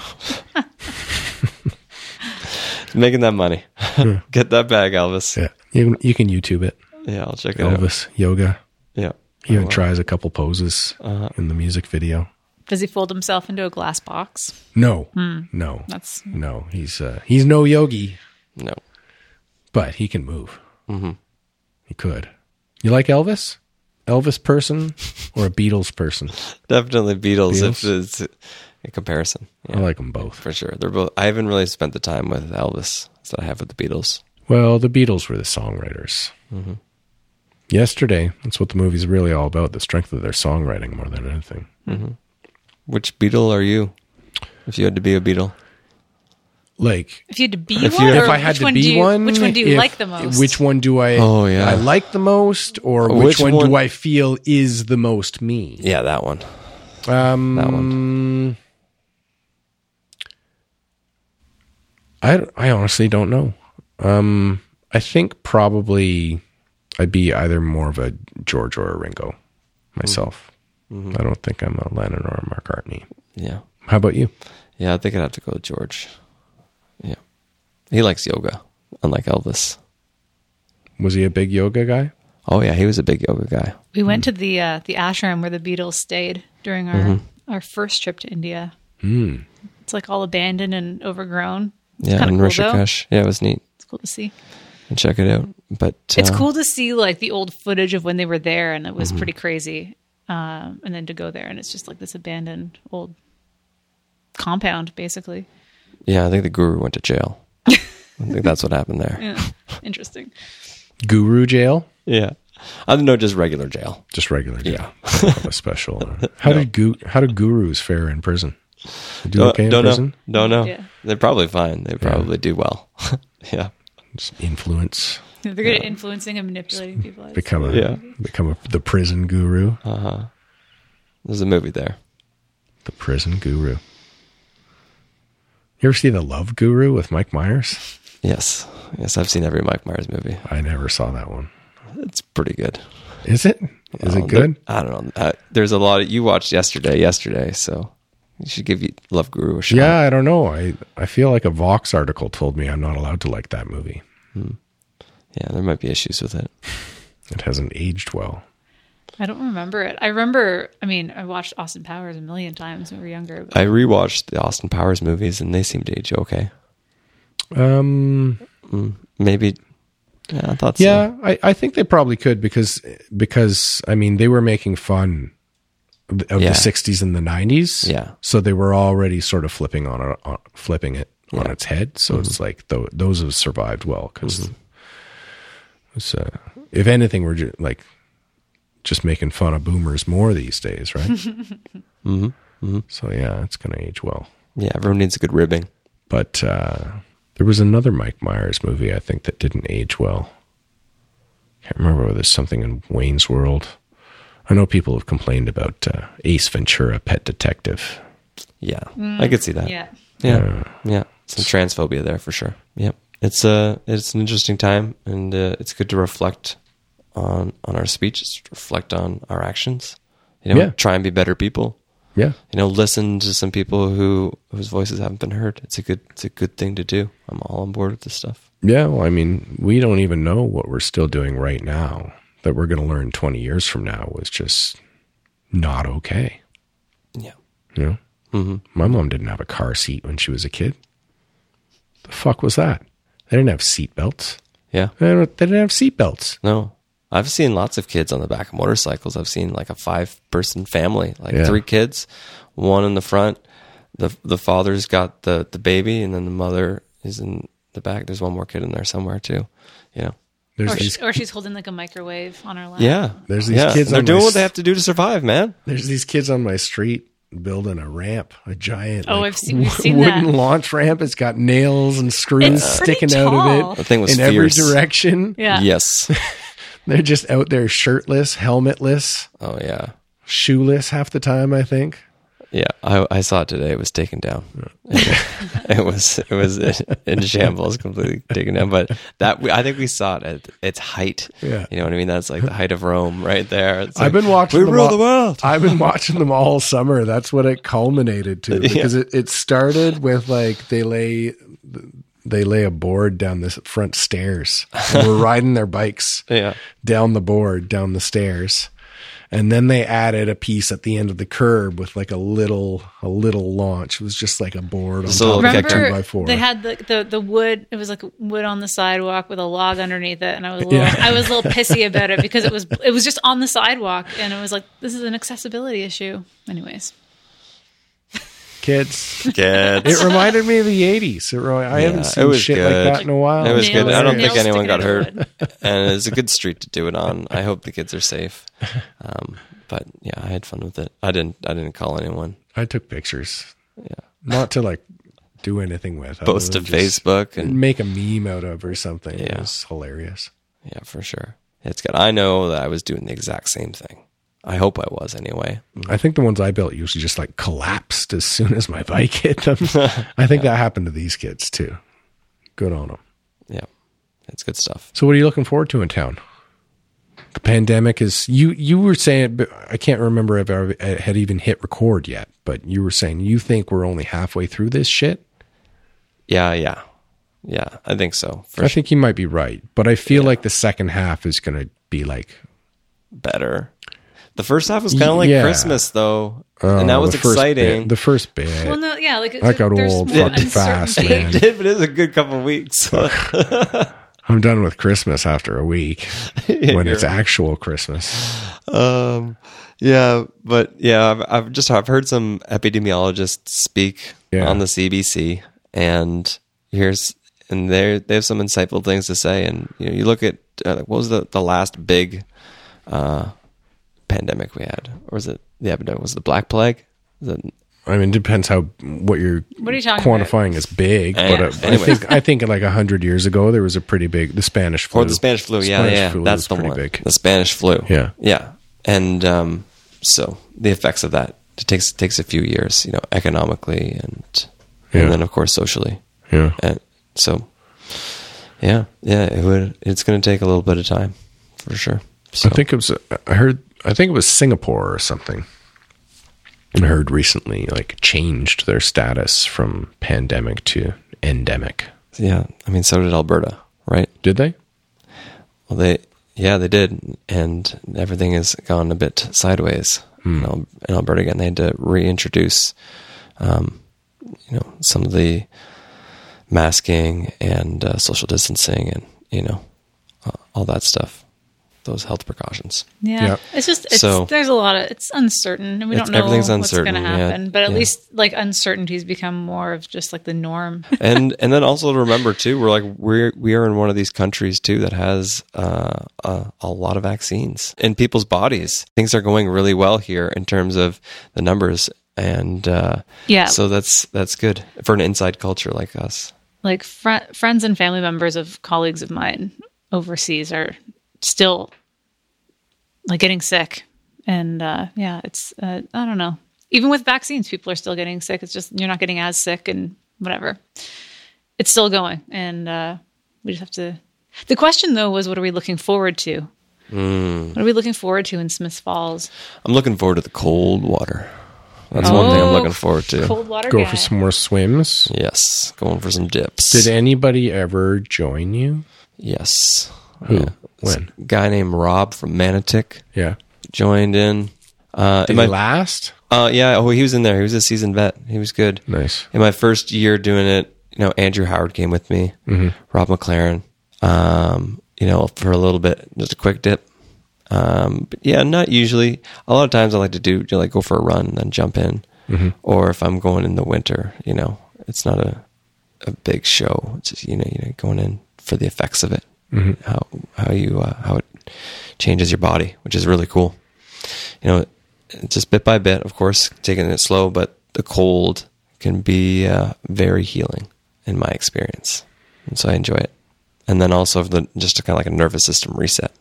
S2: making that money [LAUGHS] get that bag elvis
S1: Yeah. You, you can YouTube it.
S2: yeah i'll check it out
S1: Elvis yoga.
S2: yeah
S1: He even tries a couple poses in the music video.
S3: Does he fold himself into a glass box?
S1: No. No.
S3: That's
S1: no. He's uh, he's no yogi,
S2: no
S1: but he can move. Mm-hmm. He could. You like Elvis? Elvis person or a Beatles person?
S2: Definitely Beatles,
S1: Beatles?
S2: if it's a comparison. Yeah,
S1: I like them both.
S2: for sure. They're both. I haven't really spent the time with Elvis that I have with the Beatles.
S1: Well, the Beatles were the songwriters.
S2: Mm-hmm.
S1: Yesterday, that's what the movie's really all about the strength of their songwriting more than anything.
S2: Which Beatle are you? If you had to be a Beatle,
S1: Like,
S3: if you had to be
S2: If you-
S3: one.
S2: Or
S1: if I had
S3: which
S1: to
S3: one
S1: be
S3: do you,
S1: one,
S3: which one do you
S1: if-
S3: like the most?
S1: Which one do I?
S2: Oh, yeah.
S1: I like the most, or which,
S2: Which
S1: one, do
S2: one-
S1: I feel is the most me?
S2: yeah, that one.
S1: Um,
S2: That one.
S1: I I honestly don't know. Um, I think probably I'd be either more of a George or a Ringo myself.
S2: Mm-hmm.
S1: I don't think I'm a Lennon or a McCartney.
S2: Yeah,
S1: How about you?
S2: yeah. I think I'd have to go with George. Yeah, he likes yoga, unlike Elvis.
S1: Was he a big yoga guy?
S2: Oh yeah, he was a big yoga guy.
S3: we went
S2: Hmm.
S3: to the uh, the ashram where the Beatles stayed during our
S2: Mm-hmm.
S3: our first trip to India. It's like all abandoned and overgrown. It's
S2: Hmm. Yeah,
S3: kind
S2: in
S3: of cool though.
S2: Rishikesh. Yeah, it was neat.
S3: It's cool to see.
S2: And check it out. But
S3: It's
S2: uh,
S3: cool to see like the old footage of when they were there, and it was
S2: Mm-hmm.
S3: pretty crazy. Um, and then to go there, and it's just like this abandoned old compound, basically.
S2: Yeah, I think the guru went to
S3: [LAUGHS]
S2: jail. I think that's what happened there. Yeah,
S3: Interesting.
S1: Guru jail,
S2: I don't know, just regular jail.
S1: just regular jail. [LAUGHS] Yeah, a special. uh, How did gu- how do gurus fare in prison? They Do
S2: Don't-
S1: okay in
S2: Uh, don't
S1: prison?
S2: know. Don't know.
S3: Yeah.
S2: They're probably fine. They probably do well. [LAUGHS] yeah.
S1: Just influence.
S3: They're good at influencing and manipulating people. I
S1: Become a
S2: Yeah.
S1: become a, the prison guru.
S2: There's a movie there.
S1: The prison guru. You ever see the Love Guru with Mike Myers?
S2: Yes. Yes, I've seen every Mike Myers movie.
S1: I never saw that one.
S2: It's pretty good.
S1: Is it? Is
S2: I
S1: it
S2: don't know.
S1: good?
S2: I don't know. Uh, there's a lot of, you watched yesterday, yesterday, so you should give you Love Guru a shot.
S1: Yeah, I don't know. I I feel like a Vox article told me I'm not allowed to like that movie.
S2: Yeah, there might be issues with it.
S1: It hasn't aged well.
S3: I don't remember it. I remember, I mean, I watched Austin Powers a million times when we were younger. But
S2: I rewatched the Austin Powers movies and they seem to age okay.
S1: Um,
S2: Maybe. Yeah, I thought so.
S1: yeah, I, I think they probably could because because I mean they were making fun of of
S2: Yeah.
S1: the '60s and the '90s.
S2: Yeah.
S1: so they were already sort of flipping on, it- on flipping it on its head. So
S2: Mm-hmm.
S1: it's like tho- those have survived well because uh, if anything, we're ju- like just making fun of boomers more these days,
S2: [LAUGHS]
S1: right? mm-hmm.
S2: Mm-hmm.
S1: So yeah, it's gonna age well.
S2: Yeah, everyone needs a good ribbing.
S1: But uh, there was another Mike Myers movie I think that didn't age well. Can't remember whether there's something in Wayne's World. I know people have complained about uh, Ace Ventura: Pet Detective.
S2: Yeah, I could see that.
S3: Mm, yeah.
S2: Yeah. Yeah. Some transphobia there for sure. Yep. It's a it's an interesting time and uh, it's good to reflect on on our speeches, reflect on our actions. You know,
S1: Yeah.
S2: try and be better people.
S1: Yeah,
S2: You know, listen to some people who whose voices haven't been heard. It's a good it's a good thing to do. I'm all on board with this stuff.
S1: yeah. Well, I mean, we don't even know what we're still doing right now that we're going to learn 20 years from now was just not okay.
S2: Yeah.
S1: You know, mm-hmm. my mom didn't have a car seat when she was a kid. The fuck was that? They didn't have seat belts.
S2: Yeah.
S1: They don't- they didn't have seat belts.
S2: No. I've seen lots of kids on the back of motorcycles. I've seen like a five person family, like
S1: Yeah.
S2: three kids, one in the front. The the father's got the, the baby and then the mother is in the back. There's one more kid in there somewhere too. You know.
S1: There's
S3: Or,
S1: these
S3: she, or she's holding like a microwave on her lap.
S2: Yeah.
S1: There's these
S2: Yeah.
S1: kids
S2: They're
S1: on
S2: doing
S1: my
S2: what they
S1: s-
S2: have to do to survive, man.
S1: there's these kids on my street building a ramp, a giant
S3: Oh,
S1: like,
S3: I've seen- we've seen
S1: wooden
S3: that.
S1: launch ramp. It's got nails and screws
S3: It's pretty
S1: sticking
S3: tall.
S1: out of
S2: The
S1: it
S2: thing was
S1: in every
S2: fierce.
S1: direction.
S3: Yeah.
S2: Yes. [LAUGHS]
S1: They're just out there shirtless, helmetless,
S2: Oh yeah.
S1: shoeless half the time, I think.
S2: Yeah. I, I saw it today. It was taken down. [LAUGHS] it was it was [LAUGHS] in shambles, completely taken down. But that I think we saw it at its height.
S1: Yeah.
S2: You know what I mean? That's like the height of Rome right there. It's
S1: I've
S2: like,
S1: been watching
S2: We
S1: them
S2: rule
S1: all-
S2: the world.
S1: [LAUGHS] I've been watching them all summer. That's what it culminated
S2: [LAUGHS]
S1: to because it, it started with like they lay they lay a board down the front stairs. And we're [LAUGHS] riding their bikes.
S2: Yeah.
S1: down the board, down the stairs. And then they added a piece at the end of the curb with like a little a little launch. It was just like a board on
S2: Just a
S1: top
S2: little
S1: of a
S2: kicker.
S1: two by
S3: Remember
S1: four.
S3: they had the, the the wood. It was like wood on the sidewalk with a log underneath it, and I was a little, I was a little pissy about it because it was it was just on the sidewalk, and it was like this is an accessibility issue. Anyways,
S1: Kids.
S2: Kids. [LAUGHS]
S1: It reminded me of the eighties. It really, I haven't
S2: Yeah,
S1: seen shit like that in a while.
S2: It was
S3: Nails-
S2: good. I don't
S3: nails
S2: think anyone
S3: sticking
S2: got
S3: out
S2: hurt,
S3: of the
S2: [LAUGHS] and it's a good street to do it on. I hope the kids are [LAUGHS] safe. Um, but yeah, I had fun with it. I didn't. I didn't call anyone.
S1: I took pictures. Yeah. Not to like do anything with. other
S2: Post to
S1: than just
S2: Facebook and
S1: Make a meme out of or something. It
S2: Yeah.
S1: was hilarious.
S2: yeah, for sure. It's good. I know that I was doing the exact same thing. I hope I was anyway.
S1: I think the ones I built usually just like collapsed as soon as my bike hit
S2: [LAUGHS]
S1: them. I think that happened to these kids too. Good on them.
S2: Yeah, it's good stuff.
S1: So what are you looking forward to in town? The pandemic is you you were saying but I can't remember if I I had even hit record yet, but you were saying you think we're only halfway through this shit.
S2: Yeah, yeah, yeah. I think so. For
S1: I
S2: sure.
S1: think you might be right, but I feel like the second half is going to be like
S2: better. The first half was kind of like
S1: Yeah.
S2: Christmas though,
S1: oh,
S2: and that was
S1: the first bit-
S2: exciting.
S1: the first bit.
S3: well, no, yeah, like
S1: That got
S3: there's
S1: old
S3: more
S1: fucking fast,
S3: uncertainty.
S1: man.
S2: [LAUGHS] it is a good
S1: [LAUGHS]
S2: couple weeks.
S1: I'm done with Christmas after a
S2: [LAUGHS]
S1: week when it's actual Christmas.
S2: Um, yeah, but yeah, I've, I've just I've heard some epidemiologists speak
S1: Yeah.
S2: on the CBC, and here's and they they have some insightful things to say. And you know, you look at uh, what was the the last big uh, pandemic we had, or was it the epidemic? Was it the Black Plague? Was it-
S1: I mean, it depends how what you're
S3: What are you talking about?
S1: quantifying as big, but
S2: Yeah.
S1: uh, I
S2: Anyways.
S1: think I think like 100 years ago there was a pretty big the Spanish flu.
S2: Or the Spanish flu, yeah,
S1: Spanish
S2: yeah,
S1: flu
S2: that's
S1: was
S2: the
S1: pretty
S2: one.
S1: big.
S2: The Spanish flu,
S1: Yeah.
S2: yeah, and um, so the effects of that it takes it takes a few years, you know, economically and
S1: Yeah.
S2: and then of course socially,
S1: Yeah.
S2: and so yeah, yeah, it would. It's going to take a little bit of time for sure. So
S1: I think it was. I heard. I think it was Singapore or something. I heard recently, like changed their status from pandemic to endemic.
S2: yeah, I mean, so did Alberta, right?
S1: Did they?
S2: Well, they Yeah, they did, and everything has gone a bit sideways in, Al- in Alberta again. They had to reintroduce, um, you know, some of the masking and uh, social distancing, and you know, uh, all that stuff. Those health precautions.
S3: Yeah.
S1: Yep.
S3: It's just it's
S2: So-
S3: there's a lot of it's uncertain and we
S2: It's-
S3: don't know
S2: everything's
S3: what's going to
S2: uncertain, yeah,
S3: happen. But at
S2: yeah.
S3: least like uncertainties become more of just like the norm.
S2: and and then also to remember too, we're like we're we are in one of these countries too that has uh, a, a lot of vaccines in people's bodies. Things are going really well here in terms of the numbers, and uh,
S3: Yeah.
S2: so that's that's good for an inside culture like us.
S3: like fr- friends and family members of colleagues of mine overseas are still like getting sick and uh yeah it's uh, i don't know even with vaccines people are still getting sick it's just you're not getting as sick and whatever it's still going and uh we just have to the question though was what are we looking forward to what are we looking forward to in smith falls
S2: I'm looking forward to the cold water. That's one thing I'm
S3: Oh,
S2: looking forward to.
S3: cold water
S1: Go
S3: guy.
S1: for some more swims.
S2: Yes, going for some dips.
S1: Did anybody ever join you?
S2: yes,
S1: Who?
S2: Yeah.
S1: When?
S2: A guy named Rob from Manitic
S1: Yeah.
S2: joined in. Uh,
S1: Did
S2: in my-
S1: he last?
S2: Uh, yeah. Oh, he was in there. He was a seasoned vet. He was good.
S1: Nice.
S2: In my first year doing it, you know, Andrew Howard came with me, Rob McLaren, um, you know, for a little bit, just a quick dip. Um, but yeah, not usually. A lot of times I like to do, like go for a run and then jump in. Or if I'm going in the winter, you know, it's not a, a big show. It's just, you know, you know, going in for the effects of it, how, how you, uh, how it changes your body, which is really cool you know, just bit by bit, of course, taking it slow, but the cold can be uh, very healing in my experience. And so I enjoy it. And then also the, just kind of like a nervous system reset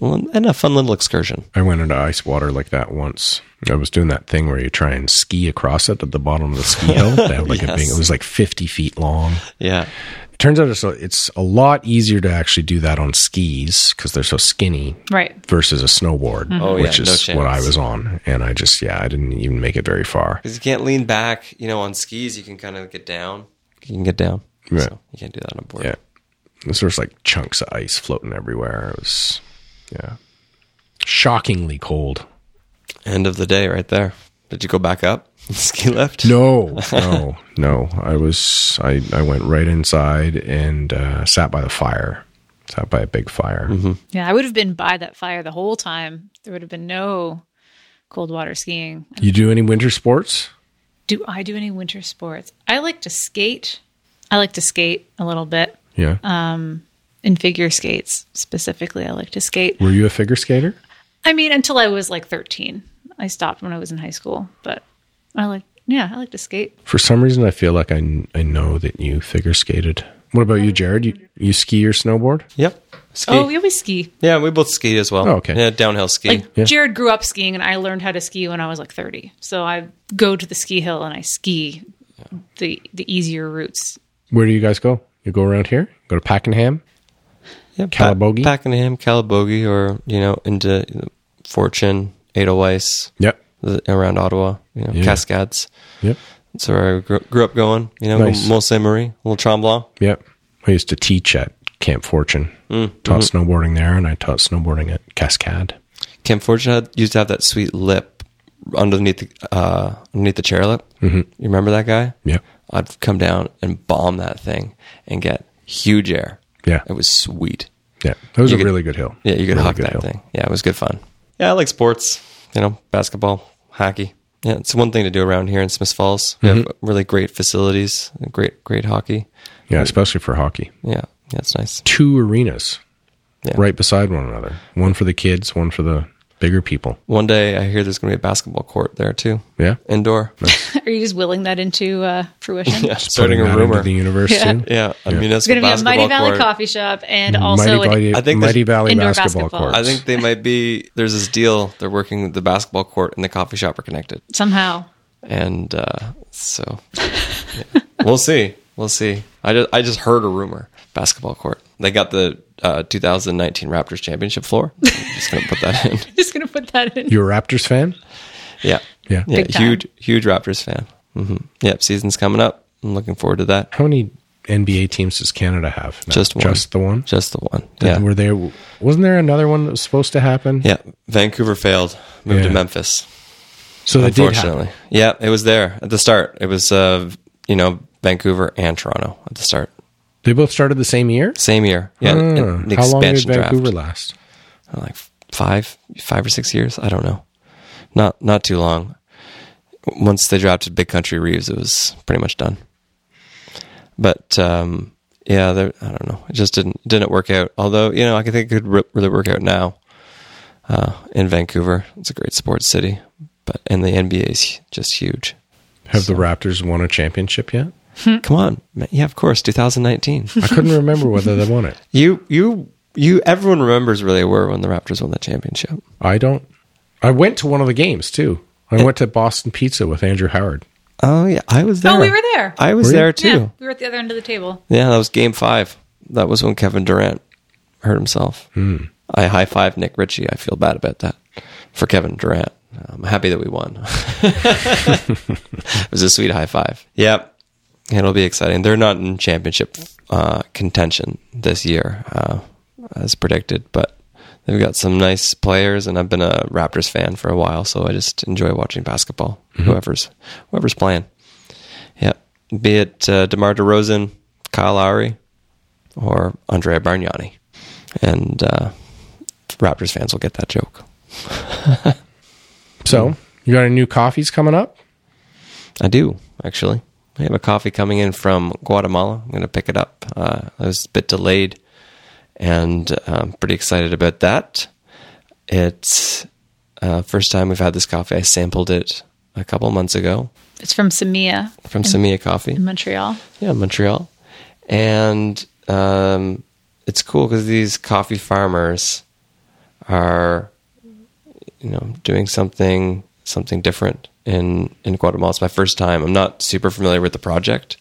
S2: Well, and a fun little excursion.
S1: I went into ice water like that once. I was doing that thing where you try and ski across it at the bottom of the ski hill. They have like a
S2: [LAUGHS] Yes.
S1: big, it was like 50 feet long.
S2: Yeah.
S1: It turns out it's a, it's a lot easier to actually do that on skis because they're so skinny
S3: right
S1: versus a snowboard,
S2: Oh, yeah,
S1: which
S2: no
S1: is
S2: chance.
S1: what I was on. And I just, yeah, I didn't even make it very far.
S2: Because you can't lean back, you know, on skis, you can kind of get down. You can get down.
S1: Right.
S2: So you can't do that on a board.
S1: Yeah. There's just like chunks of ice floating everywhere. It was, yeah, shockingly cold.
S2: End of the day right there. Did you go back up? [LAUGHS] Ski lift? [LAUGHS]
S1: No, no, no. I was I I went right inside and uh, sat by the fire, sat by a big fire.
S2: Mm-hmm.
S3: yeah i would have been by that fire the whole time there would have been no cold water skiing
S1: You do any winter sports?
S3: Do I do any winter sports? I like to skate. I like to skate a little bit.
S1: Yeah.
S3: In figure skates specifically, I like to skate.
S1: Were you a figure skater?
S3: I mean, until I was like 13. I stopped when I was in high school, but I like, yeah, I like to skate.
S1: For some reason, I feel like I kn- I know that you figure skated. What about you, Jared? You you ski or snowboard?
S2: Yep. Ski.
S3: Oh, we always ski.
S2: Yeah, we both ski as well.
S1: Oh, okay.
S2: Yeah, downhill ski.
S3: Like Jared grew up skiing and I learned how to ski when I was like 30. So I go to the ski hill and I ski the the easier routes. [LAUGHS]
S1: Where do you guys go? You go around here? Go to Pakenham?
S2: Yeah,
S1: Calabogie?
S2: Pa- Pakenham, Calabogie, or you know, into Fortune, Edelweiss,
S1: Yep.
S2: the, around Ottawa, you know,
S1: Yeah.
S2: Cascades.
S1: Yep.
S2: That's where I grew, grew up going. You know,
S1: Nice.
S2: Mont Saint Marie, Little Tremblant.
S1: Yep. I used to teach at Camp Fortune.
S2: Mm,
S1: Taught
S2: mm-hmm.
S1: snowboarding there, and I taught snowboarding at Cascade.
S2: Camp Fortune had, used to have that sweet lip underneath the uh, underneath the chairlip. Mm-hmm. You remember that guy?
S1: Yep.
S2: I'd come down and bomb that thing and get huge air.
S1: Yeah.
S2: it was sweet.
S1: Yeah, that was
S2: You
S1: a
S2: could-
S1: really good hill.
S2: Yeah, you could
S1: really
S2: hawk
S1: good
S2: that
S1: hill.
S2: thing. Yeah, it was good fun. Yeah, I like sports. You know, basketball, hockey. Yeah, it's one thing to do around here in Smith Falls. We have really great facilities, great great hockey.
S1: Yeah, especially for hockey.
S2: Yeah, that's nice.
S1: Two arenas
S2: Yeah.
S1: right beside one another. One for the kids, one for the bigger people.
S2: One day I hear there's going to be a basketball court there too,
S1: Yeah,
S2: [LAUGHS] indoor.
S3: Are you just willing that into uh, fruition?
S2: [LAUGHS] Yeah, starting
S1: Putting
S2: a
S1: that into
S2: rumor.
S1: the universe
S3: Yeah.
S1: too.
S2: yeah, a
S3: It's
S2: municipal
S3: going to be a Mighty
S2: basketball
S3: Valley
S2: court.
S3: coffee shop and [LAUGHS] also
S1: Mighty Valley,
S3: an,
S2: I think
S1: Mighty
S2: there's
S1: Valley
S3: indoor
S1: basketball,
S3: basketball.
S1: courts.
S2: I think they might be. There's this deal. They're working. The basketball court and the coffee shop are connected,
S3: somehow [LAUGHS]
S2: and uh, so yeah. we'll see. We'll see. I just I just heard a rumor. Basketball court. They got the uh, 2019 Raptors championship floor. [LAUGHS] I'm just gonna put that in.
S3: just going to put that in.
S1: You're a Raptors fan?
S2: Yeah,
S1: Yeah.
S2: yeah.
S3: Big time.
S2: Mm-hmm. Huge huge Raptors fan. hmm Yep, season's coming up. I'm looking forward to that.
S1: How many NBA teams does Canada have? now?
S2: Just one.
S1: Just the one.
S2: Just the one.
S1: Yeah.
S2: Yeah.
S1: Were there? Wasn't there another one that was supposed to happen?
S2: Yeah. Vancouver failed. Moved
S1: Yeah.
S2: to Memphis.
S1: So that did happen.
S2: Unfortunately. Yeah, it was there at the start. It was uh, you know, Vancouver and Toronto at the start.
S1: They both started the same year.
S2: Same year. Yeah.
S1: Huh.
S2: in- in the
S1: How long did
S2: expansion draft.
S1: Vancouver last?
S2: like five, five or six years. I don't know. Not not too long. Once they drafted Big Country Reeves, it was pretty much done. But um, yeah, there, I don't know. It just didn't didn't work out. Although you know, I think it could re- really work out now uh, in Vancouver. It's a great sports city, but and the NBA is hu- just huge.
S1: Have the Raptors won a championship yet?
S2: Come on, man. yeah, of course, 2019.
S1: I
S2: [LAUGHS]
S1: couldn't remember whether they won it.
S2: you you you. Everyone remembers where they were when the Raptors won the championship.
S1: I don't. I went to one of the games too. I went to Boston Pizza with Andrew Howard.
S2: Oh yeah, I was there.
S4: Oh, we were there.
S2: I was
S1: Were you?
S2: there too.
S4: Yeah, we were at the other end of the table.
S2: Yeah, that was game five. That was when Kevin Durant hurt himself. I high five Nick Ritchie. I feel bad about that for Kevin Durant. I'm happy that we won. [LAUGHS] it was a sweet high five. Yep. It'll be exciting. They're not in championship uh, contention this year, uh, as predicted, but they've got some nice players, and I've been a Raptors fan for a while, so I just enjoy watching basketball. Whoever's whoever's playing. Yep. Be it uh, DeMar DeRozan, Kyle Lowry, or Andrea Bargnani. And uh, Raptors fans will get that joke.
S3: Hmm.
S1: So you got any new coffees coming up?
S2: I do, actually. I have a coffee coming in from Guatemala. I'm going to pick it up. Uh, I was a bit delayed and I'm pretty excited about that. It's uh, first time we've had this coffee. I sampled it a couple months ago
S3: It's from Samia
S2: from Samia Coffee.
S3: in Montreal.
S2: yeah, Montreal, and um, it's cool because these coffee farmers are, you know, doing something something different in in Guatemala. It's my first time. I'm not super familiar with the project,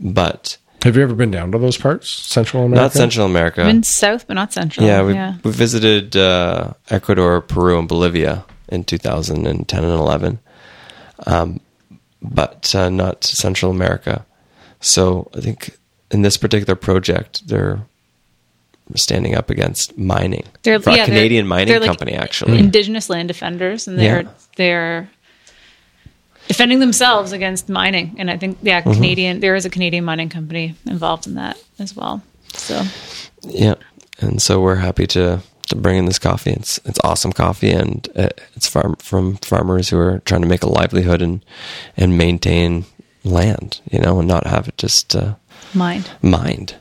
S2: but
S1: Have you ever been down to those parts, Central America?
S2: not Central America.
S3: I'm in South, but not Central.
S2: Yeah, we,
S3: Oh, yeah.
S2: we visited uh, Ecuador, Peru, and Bolivia in 2010 and 11, um, but uh, not Central America. So I think in this particular project, they're standing up against mining
S3: They're-
S2: for
S3: yeah,
S2: a
S3: they're-
S2: Canadian
S3: they're
S2: mining
S3: like- Mm.
S2: company, actually.
S3: Indigenous land defenders, and they're
S2: Yeah.
S3: they're defending themselves against mining. And I think yeah,
S2: Mm-hmm.
S3: Canadian there is a Canadian mining company involved in that as well. So
S2: Yeah, and so we're happy to to bring in this coffee. It's it's awesome coffee, and uh, it's farm from farmers who are trying to make a livelihood and and maintain land, you know, and not have it just uh,
S3: mind
S2: mined.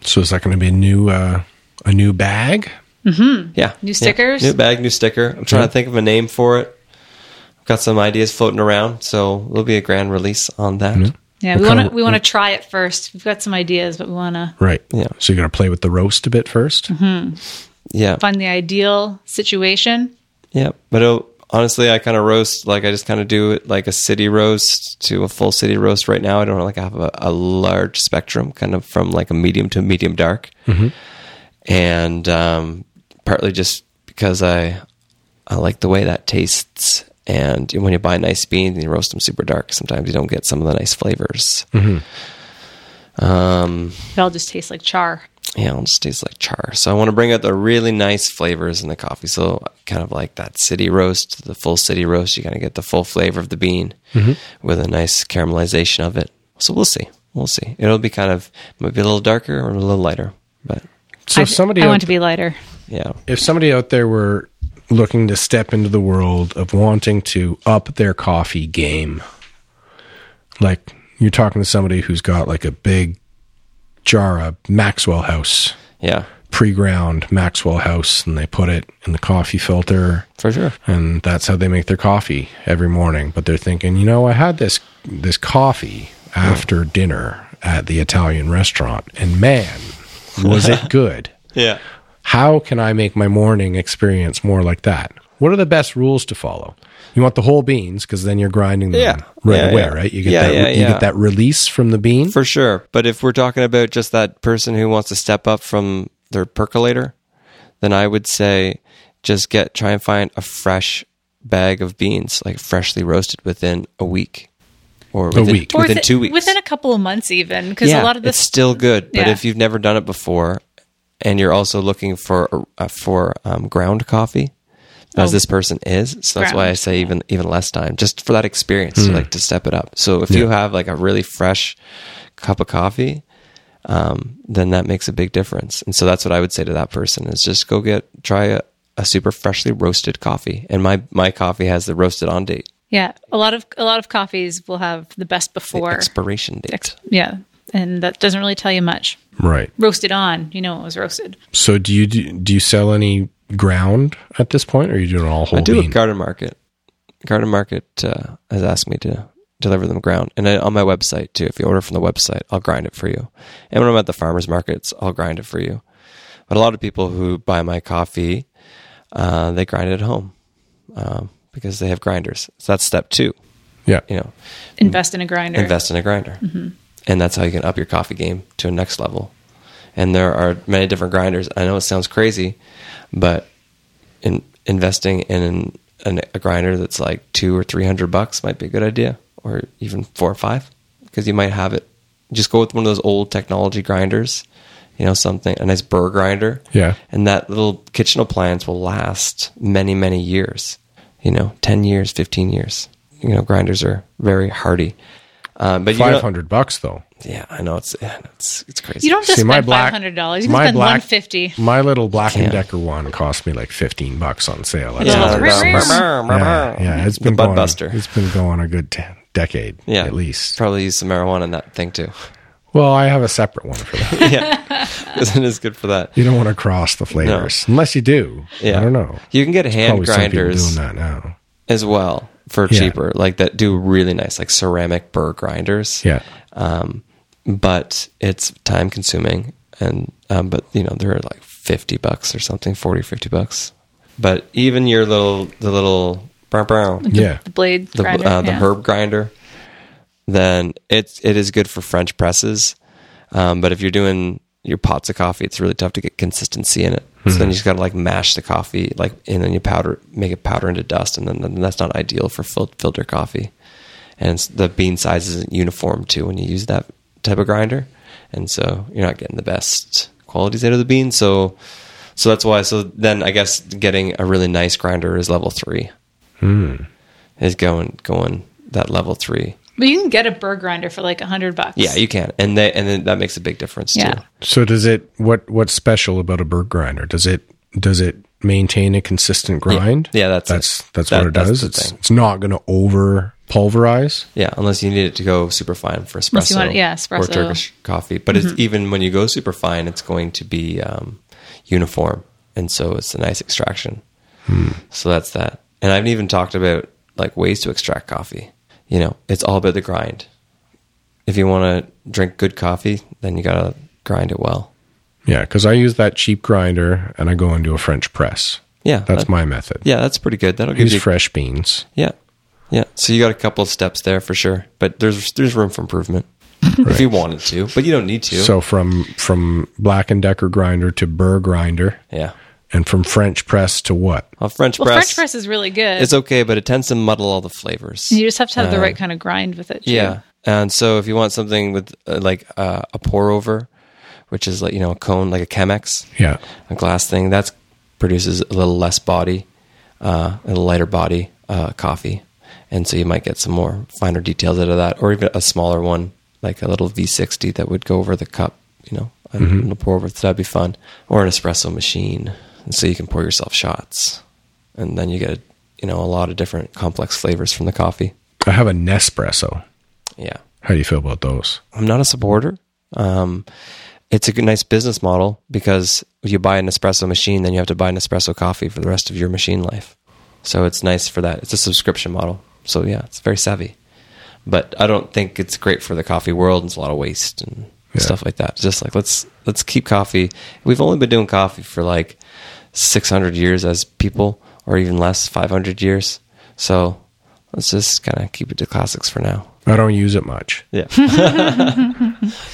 S1: So is that going to be a new uh, a new bag?
S2: Yeah,
S3: New
S2: Yeah.
S3: stickers?
S2: new bag, new sticker. I'm trying to think of a name for it. I've got some ideas floating around, so there'll be a grand release on that.
S3: Yeah,
S1: What
S3: we
S1: kind
S3: want
S1: of-
S3: to we want to try it first. We've got some ideas, but we want to
S1: Right.
S2: Yeah.
S1: So you're going to play with the roast a bit 1st
S3: Mm-hmm.
S2: Yeah,
S3: find the ideal situation.
S2: yeah. But it'll- honestly, I kind of roast like I just kind of do it like a city roast to a full city roast. Right now, I don't like have a, a large spectrum, kind of from like a medium to medium dark, and um, partly just because I I like the way that tastes. And when you buy nice beans and you roast them super dark, sometimes you don't get some of the nice flavors. Um,
S3: It all just tastes like char.
S2: Yeah, it just tastes like char. So I want to bring out the really nice flavors in the coffee. So kind of like that city roast, the full city roast. You kind of get the full flavor of the bean with a nice caramelization of it. So we'll see. We'll see. It'll be kind of maybe a little darker or a little lighter, but
S1: So
S3: I,
S1: if somebody
S3: I
S1: out,
S3: want to be lighter.
S2: yeah,
S1: if somebody out there were looking to step into the world of wanting to up their coffee game, like you're talking to somebody who's got like a big jar of Maxwell House
S2: yeah,
S1: pre-ground Maxwell House, and they put it in the coffee filter.
S2: for sure.
S1: and that's how they make their coffee every morning. But they're thinking, you know, I had this this coffee after dinner at the Italian restaurant, and man, was
S2: [LAUGHS]
S1: it good!
S2: Yeah.
S1: How can I make my morning experience more like that? What are the best rules to follow? You want the whole beans because then you're grinding them
S2: Yeah.
S1: right
S2: Yeah,
S1: away,
S2: yeah.
S1: right? You get
S2: Yeah,
S1: that
S2: yeah,
S1: you
S2: yeah.
S1: get that release from the bean.
S2: For sure. But if we're talking about just that person who wants to step up from their percolator, then I would say just get try and find a fresh bag of beans, like freshly roasted within a week. or within,
S1: week.
S2: within
S3: thi-
S2: two weeks.
S3: Within a couple of months, even because a lot of
S2: it's
S3: this.
S2: still good. But
S3: Yeah.
S2: if you've never done it before, and you're also looking for uh, for um, ground coffee, as this person is, so that's why I
S3: Oh. Ground,
S2: say even even less time, just for that experience, to, like to step it up. So if you have like a really fresh cup of coffee, um, then that makes a big difference. And so that's what I would say to that person is just go get try a, a super freshly roasted coffee. And my my coffee has the roasted on date
S3: Yeah, a lot of a lot of coffees will have the best before.
S2: expiration date.
S3: yeah, and that doesn't really tell you much.
S1: Right.
S3: Roasted on, you know, it was roasted.
S1: So do you do, do you sell any ground at this point, or are you doing all whole
S2: I do
S1: bean?
S2: with Garden Market. Garden Market uh, has asked me to deliver them ground, and I, on my website too. If you order from the website, I'll grind it for you. And when I'm at the farmers markets, I'll grind it for you. But a lot of people who buy my coffee, uh, they grind it at home um, because they have grinders. So that's step two.
S1: yeah.
S2: You know,
S3: Invest in a grinder.
S2: invest in a grinder, and that's how you can up your coffee game to a next level. And there are many different grinders. I know it sounds crazy, but in investing in an, an, a grinder that's like two or three hundred bucks might be a good idea, or even four or five, because you might have it. Just go with one of those old technology grinders, you know, something a nice burr grinder.
S1: Yeah.
S2: and that little kitchen appliance will last many many years. You know, ten years, fifteen years. You know, grinders are very hardy. Um, but you
S1: Five
S2: don't-
S1: hundred bucks though.
S2: yeah, I know it's yeah, it's it's crazy.
S3: You don't have to
S1: See, my
S3: spend
S1: black-
S3: five hundred dollars. You can
S1: my
S3: spend
S1: black-
S3: one fifty.
S1: My little Black
S2: Yeah.
S1: and Decker one cost me like fifteen bucks on sale.
S2: Uh,
S1: That's
S3: Yeah.
S1: all it is.
S3: Ring, ring.
S1: yeah, yeah, it's
S2: the
S1: been
S2: Bud
S1: going,
S2: Buster.
S1: It's been going a good ten, decade,
S2: yeah,
S1: at least.
S2: probably use some marijuana in that thing too. [LAUGHS]
S1: Well, I have a separate one for that.
S2: yeah, isn't as good for that.
S1: You don't want to cross the flavors unless you do.
S2: Yeah,
S1: I don't know.
S2: You can get hand
S1: Probably some people
S2: grinders
S1: doing that now.
S2: as well for
S1: Yeah.
S2: cheaper, like that do really nice, like ceramic burr grinders.
S1: Yeah,
S2: um, but it's time consuming, and um, but you know they're like fifty bucks or something, 40, 50 bucks. But even your little the little brown brown
S1: yeah.
S3: The blade
S2: the,
S3: grinder.
S2: uh, the
S3: yeah.
S2: herb grinder, then it's it is good for French presses. Um, but if you're doing your pots of coffee, it's really tough to get consistency in it. So then you just got to like mash the coffee, like and then you powder make it powder into dust, and then, then that's not ideal for fil- filter coffee. And it's, the bean size isn't uniform too when you use that type of grinder, and so you're not getting the best qualities out of the bean. So, so that's why. So then I guess getting a really nice grinder is level three is going going that level three.
S3: But you can get a burr grinder for like hundred bucks.
S2: Yeah, you can, and they and then that makes a big difference
S3: Yeah.
S2: too.
S1: So does it? What What's special about a burr grinder? Does it Does it maintain a consistent grind?
S2: Yeah, that's it.
S1: that's that's
S2: That-
S1: what it
S2: that's
S1: does.
S2: the
S1: It's
S2: thing.
S1: it's not going to over pulverize.
S2: Yeah, unless you need it to go super fine for
S3: Unless
S2: espresso,
S3: you want- yeah,
S2: or
S3: espresso. Mm-hmm.
S2: Turkish coffee. But it's even when you go super fine, it's going to be um, uniform, and so it's a nice extraction.
S1: Hmm.
S2: So that's that. And I've even talked about like ways to extract coffee. You know, it's all about the grind. If you want to drink good coffee, then you gotta grind it well.
S1: Yeah, because I use that cheap grinder and I go into a French press.
S2: Yeah,
S1: That's
S2: that-
S1: my method.
S2: Yeah, that's pretty good. That'll give
S1: Use
S2: you
S1: fresh beans.
S2: Yeah. Yeah. So you got a couple of steps there for sure. But there's there's room for improvement. If you wanted to. But you don't need to.
S1: So from from Black and Decker grinder to burr grinder,
S2: yeah.
S1: and from French press to what?
S2: Well French
S3: Well,
S2: press
S3: French press is really good.
S2: it's okay, but it tends to muddle all the flavors.
S3: you just have to have
S1: Uh,
S3: the right kind of grind with it. too.
S2: Yeah. And so if you want something with uh, like uh, a pour over, which is like you know a cone like a Chemex,
S1: Yeah,
S2: a glass thing, that produces a little less body, uh, a lighter body uh, coffee. And so you might get some more finer details out of that, or even a smaller one, like a little V60 that would go over the cup, you know, and it'll pour over. That'd be fun. Or an espresso machine. And so you can pour yourself shots. And then you get, you know, a lot of different complex flavors from the coffee.
S1: I have a Nespresso.
S2: Yeah.
S1: How do you feel about those?
S2: I'm not a supporter. Um, it's a good, nice business model because if you buy an espresso machine, then you have to buy an espresso coffee for the rest of your machine life. So it's nice for that. It's a subscription model. So yeah, it's very savvy. But I don't think it's great for the coffee world. It's a lot of waste and stuff like that. Just like let's let's keep coffee. We've only been doing coffee for like 600 years as people, or even less, 500 years. So let's just kind of keep it to classics for now.
S1: I don't use it much. [LAUGHS]
S2: Yeah.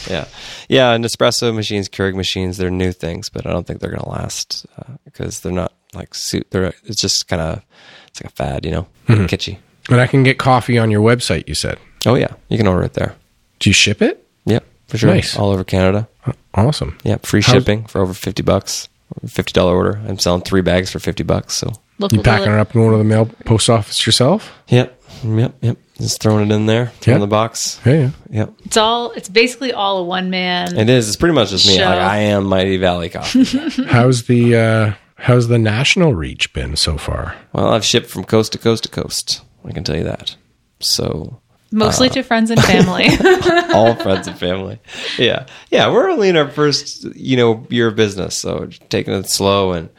S2: yeah. Yeah. And espresso machines, Keurig machines, they're new things, but I don't think they're going to last uh, because they're not like suit. They're,
S1: Mm-hmm.
S2: it's just kind of, it's like a fad, you know, kitschy.
S1: And I can get coffee on your website. You said
S2: Oh yeah, you can order it there.
S1: Do you ship it?
S2: Yep, for sure.
S1: Nice.
S2: All over Canada.
S1: Awesome.
S2: Yep, free
S1: How's-
S2: shipping for over fifty bucks. Fifty dollar order. I'm selling three bags for fifty bucks. So
S3: Local
S1: You packing it up and going to the mail post office yourself?
S2: yep, yep, yep. Just throwing it in there, throwing
S1: Yeah.
S2: the box.
S1: Yeah, yeah.
S2: Yep,
S3: It's all. It's basically all a one man.
S2: it is. It's pretty much just me.
S3: Show.
S2: Like I am Mighty Valley Coffee.
S1: How's the uh, how's the national reach been so far?
S2: well, I've shipped from coast to coast to coast. I can tell you that. So uh,
S3: Mostly to friends and
S2: [LAUGHS]
S3: family. [LAUGHS]
S2: all friends and family. Yeah, yeah. We're only in our first, you know, year of business, so taking it slow and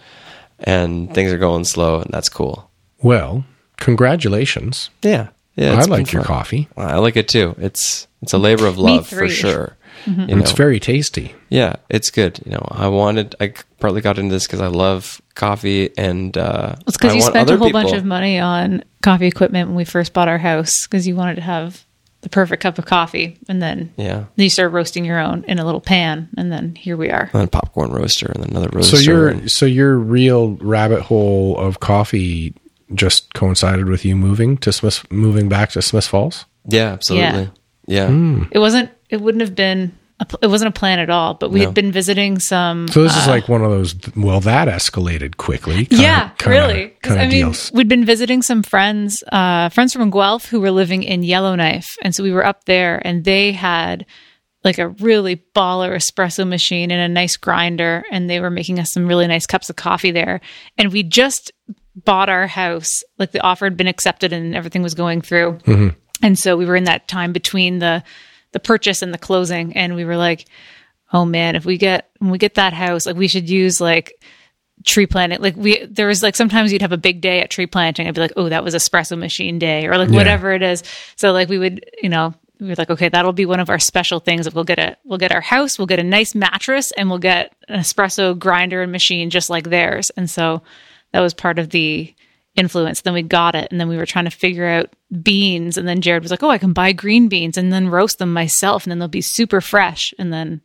S2: and things are going slow, and that's cool.
S1: Well, congratulations.
S2: Yeah, yeah.
S1: I
S2: it's been
S1: like your
S2: fun.
S1: coffee.
S2: I like it too. It's it's a labor of love for
S3: three. [LAUGHS] Mm-hmm.
S2: sure. You know,
S1: It's very tasty.
S2: yeah, it's good. You know, I wanted. I partly got into this because I love coffee, and uh,
S3: It's because
S2: I
S3: you
S2: want
S3: spent a
S2: other
S3: whole bunch
S2: people-
S3: of money on coffee equipment when we first bought our house because you wanted to have the perfect cup of coffee, and then
S2: Yeah,
S3: then you started roasting your own in a little pan, and then here we are.
S2: and then popcorn roaster, and then another
S1: So
S2: roaster.
S1: your
S2: and-
S1: so your real rabbit hole of coffee just coincided with you moving to Smith, moving back to Smith Falls.
S2: yeah, absolutely. Yeah,
S3: It wasn't. It wouldn't have been. A, pl- it wasn't a plan at all. But we had been visiting some.
S1: So this is like one of those. Well, that escalated quickly. Kinda,
S3: Uh, yeah, really. 'Cause,
S1: Kind
S3: I
S1: of
S3: mean,
S1: deals.
S3: we'd been visiting some friends, uh, friends from Guelph who were living in Yellowknife, and so we were up there, and they had like a really baller espresso machine and a nice grinder, and they were making us some really nice cups of coffee there, and we just bought our house, like the offer had been accepted, and everything was going through,
S1: Mm-hmm.
S3: and so we were in that time between the the purchase and the closing, and we were like. Oh man, if we get when we get that house, like we should use like tree planting. Like we, there was like sometimes you'd have a big day at tree planting. I'd be like, oh, that was espresso machine day, or like whatever it is. So like we would, you know, we were like, okay, that'll be one of our special things. If we'll get a, we'll get our house, we'll get a nice mattress, and we'll get an espresso grinder and machine just like theirs. And so that was part of the influence. Then we got it, and then we were trying to figure out beans. And then Jared was like, oh, I can buy green beans and then roast them myself, and then they'll be super fresh. And then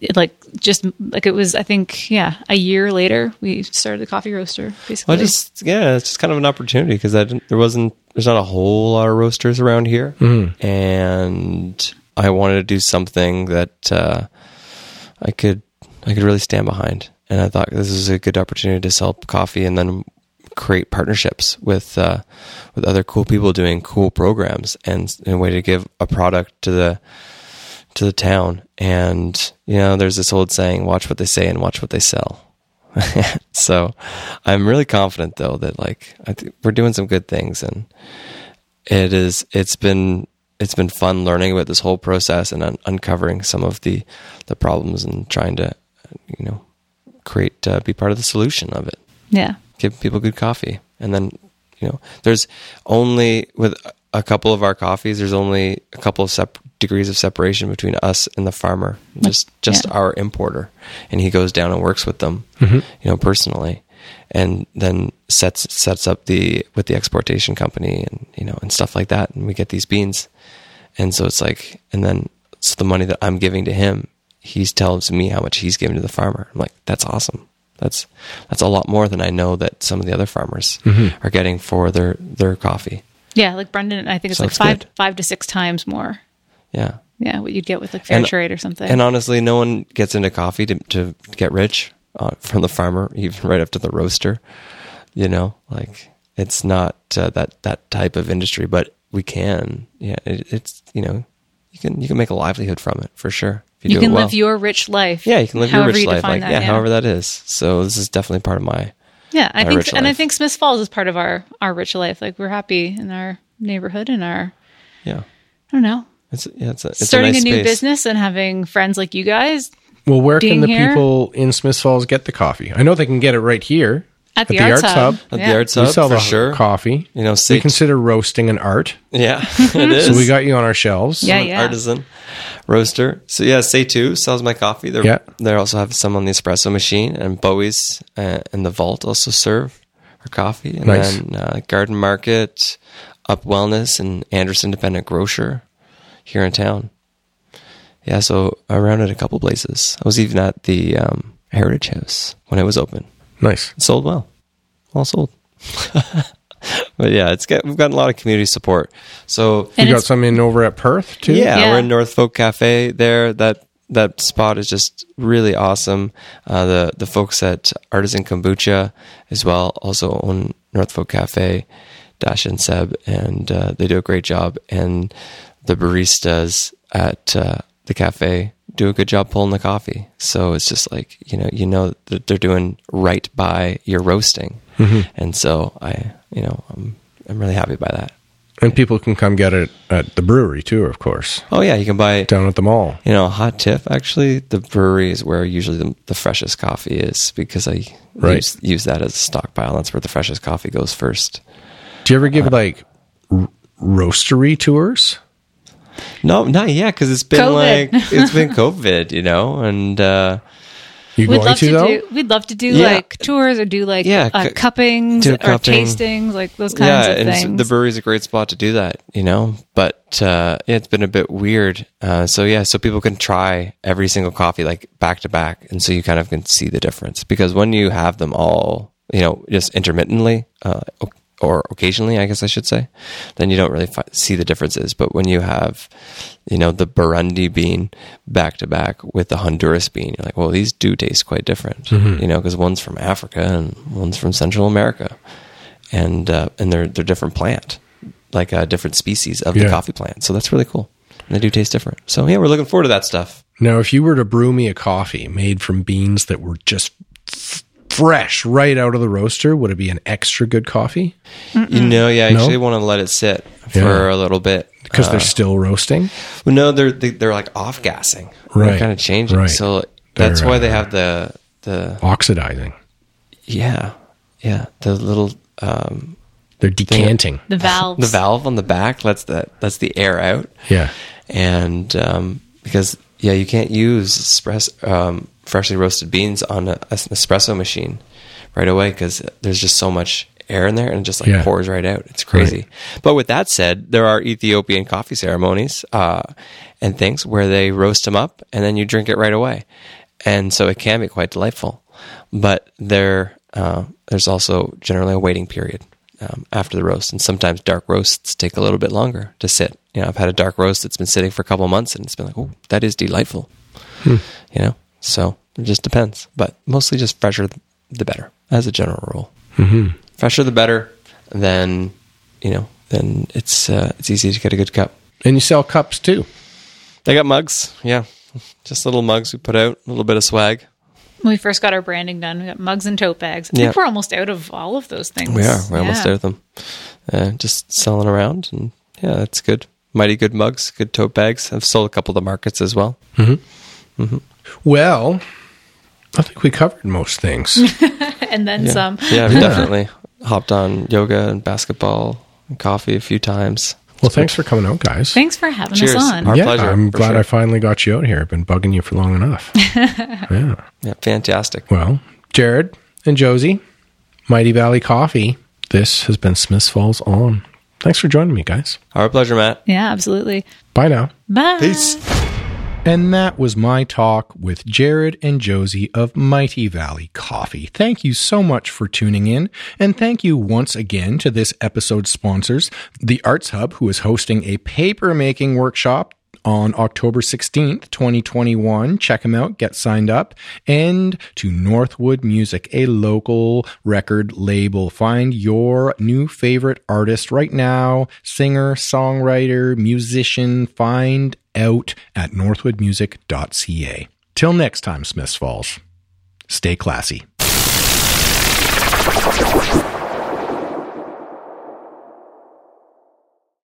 S3: it, like just like it was i think yeah a year later we started the coffee roaster basically
S2: I just yeah, it's just kind of an opportunity because I didn't, there wasn't there's not a whole lot of roasters around here, and I wanted to do something that uh, I could I could really stand behind, and I thought this is a good opportunity to sell coffee and then create partnerships with uh, with other cool people doing cool programs and, and a way to give a product to the to the town. And you know, there's this old saying: "Watch what they say and watch what they sell." [LAUGHS] so I'm really confident though that like I th- we're doing some good things and it is it's been it's been fun learning about this whole process and un- uncovering some of the the problems and trying to you know create uh, be part of the solution of it
S3: yeah
S2: give people good coffee and then you know there's only with a couple of our coffees there's only a couple of sep- degrees of separation between us and the farmer just just
S3: yeah.
S2: our importer and he goes down and works with them you know personally and then sets sets up the with the exportation company and you know and stuff like that and we get these beans and so it's like and then so the money that I'm giving to him he tells me how much he's giving to the farmer I'm like that's awesome that's that's a lot more than I know that some of the other farmers are getting for their their coffee
S3: yeah like brendan i think it's
S2: So
S3: like
S2: it's
S3: five
S2: good.
S3: five to six times more
S2: yeah
S3: yeah what you'd get with like fair
S2: And-
S3: trade or something
S2: And honestly, no one gets into coffee to, to get rich uh, from the farmer, [LAUGHS] even right up to the roaster. You know, like it's not uh, that that type of industry, but we can. Yeah, it, it's you know, you can you can make a livelihood from it for sure. If
S3: you
S2: do it
S3: can
S2: well.
S3: live your rich life
S2: yeah, you can live your
S3: however
S2: rich
S3: you
S2: life,
S3: define
S2: like
S3: that,
S2: yeah, however that is. So this is definitely part of my
S3: yeah i
S2: our
S3: think
S2: rich
S3: and i
S2: life.
S3: think smith falls is part of our our rich life like we're happy in our neighborhood and our
S2: yeah.
S3: i don't know
S2: It's yeah, it's a, it's
S3: starting a,
S2: nice
S3: new
S2: space.
S3: business and having friends like you guys
S1: Well, where
S3: Being
S1: can the
S3: here-
S1: people in Smith Falls get the coffee? I know they can get it right here
S3: at the, arts, hub,
S2: At
S3: Yeah.
S2: the arts
S1: We
S2: hub
S1: sell
S2: for
S1: the
S2: sure.
S1: coffee.
S2: You know,
S1: we
S2: six-
S1: consider roasting an art.
S2: [LAUGHS] Yeah, it
S1: [LAUGHS]
S2: is.
S1: So we got you on our shelves.
S3: yeah
S2: an
S3: yeah
S2: artisan roaster. So yeah, Say Two sells my coffee. They're,
S1: Yeah.
S2: they also have some on the espresso machine, and Bowie's uh, in the vault also serve our coffee. And
S1: Nice.
S2: then uh, Garden Market, Up Wellness, and Anderson Independent Grocer here in town. Yeah, so I rounded a couple places. I was even at the um, Heritage House when it was open.
S1: Nice.
S2: It sold well, all sold. [LAUGHS] but yeah, it's got, we've gotten a lot of community support. So
S1: You
S3: And
S1: got
S3: it's,
S1: some in over at Perth too.
S2: yeah,
S3: Yeah.
S2: we're in North Folk Cafe there. That that spot is just really awesome. Uh, the the folks at Artisan Kombucha as well also own North Folk Cafe, Dash and Seb, and uh, they do a great job. And the baristas at uh, the cafe do a good job pulling the coffee. So it's just like you know you know that they're doing right by your roasting, and so I you know I'm I'm really happy by that.
S1: And people can come get it at the brewery too, of course,
S2: Oh yeah, you can buy
S1: down at the mall.
S2: You know, hot tip actually, the brewery is where usually the, the freshest coffee is because I
S1: Right.
S2: use, use that as a stockpile. That's where the freshest coffee goes first.
S1: Do you ever give like r- roastery tours?
S2: No, not yet because it's been
S3: COVID.
S2: like it's been COVID, you know, and uh,
S1: You
S3: we'd
S1: going
S3: love
S1: to,
S3: to,
S1: though?
S3: do. We'd love to do
S2: Yeah.
S3: like tours or do like
S2: Yeah,
S3: uh,
S2: cu-
S3: cuppings
S2: do
S3: or
S2: cupping.
S3: tastings, like those kinds
S2: yeah,
S3: of
S2: and it's-
S3: things.
S2: the brewery's a great spot to do that, you know. But uh, yeah, it's been a bit weird. Uh, so yeah, so people can try every single coffee like back to back, and so you kind of can see the difference because when you have them all, you know, just intermittently uh, o- or occasionally, I guess I should say, then you don't really fi- see the differences. But when you have, you know, the Burundi bean back to back with the Honduras bean, you're like, well, these do taste quite different, you know, because one's from Africa and one's from Central America and uh, and they're they're different plant, like uh, different species of
S1: Yeah.
S2: the coffee plant. So that's really cool. And they do taste different. So yeah, we're looking forward to that stuff.
S1: Now, if you were to brew me a coffee made from beans that were just f- fresh right out of the roaster, would it be an extra good coffee?
S2: You know, yeah, I
S1: No?
S2: actually want to let it sit
S1: Yeah.
S2: for a little bit.
S1: Because they're
S2: Uh.
S1: still roasting.
S2: Well, no, they're they, they're like off gassing,
S1: Right.
S2: Kind of changing.
S1: Right.
S2: So that's
S1: They're,
S2: why they
S1: uh,
S2: have the the
S1: Oxidizing.
S2: yeah yeah the little um,
S1: They're decanting.
S3: the valves.
S2: the valve on the back lets the lets the air out.
S1: Yeah.
S2: and um, because yeah, you can't use espresso, um, freshly roasted beans on a, an espresso machine right away because there's just so much air in there and it just like
S1: Yeah.
S2: pours right out. It's crazy. But with that said, there are Ethiopian coffee ceremonies uh, and things where they roast them up and then you drink it right away, and so it can be quite delightful. But there, uh, there's also generally a waiting period um, after the roast, and sometimes dark roasts take a little bit longer to sit. You know, I've had a dark roast that's been sitting for a couple of months, and it's been like, oh, that is delightful. You know, so it just depends, but mostly just fresher the better, as a general rule. Mm-hmm. Fresher the better, then you know, then it's uh, it's easy to get a good cup.
S1: And you sell cups too.
S2: They got mugs, yeah, just little mugs we put out, a little bit of swag.
S3: when we first got our branding done, we got mugs and tote bags. I think
S2: Yeah.
S3: we're almost out of all of those things.
S2: We are. We're almost
S3: Yeah.
S2: out of them. Uh, just selling around, and yeah, that's good. Mighty good mugs, good tote bags. I've sold a couple to markets as well.
S1: Well, I think we covered most things.
S3: And then
S2: Yeah,
S3: some. [LAUGHS]
S2: yeah, I've definitely hopped on yoga and basketball and coffee a few times.
S1: well, thanks for coming out, guys.
S3: Thanks for having
S2: Cheers.
S3: us on.
S2: Our
S1: yeah,
S2: pleasure,
S1: I'm
S2: for
S1: glad
S2: sure.
S1: I finally got you out here. I've been bugging you for long enough. yeah.
S2: Yeah, fantastic.
S1: Well, Jared and Josie, Mighty Valley Coffee, this has been Smith's Falls On. Thanks for joining me, guys.
S2: Our pleasure, Matt.
S3: Yeah, absolutely.
S1: Bye now.
S3: Bye.
S1: And that was my talk with Jared and Josie of Mighty Valley Coffee. Thank you so much for tuning in. And thank you once again to this episode's sponsors, the Arts Hub, who is hosting a papermaking workshop on October 16th, 2021. Check them out, get signed up. And to Northwood Music, a local record label. Find your new favorite artist right now singer, songwriter, musician. Find out at northwoodmusic.ca. Till next time, Smiths Falls, stay classy.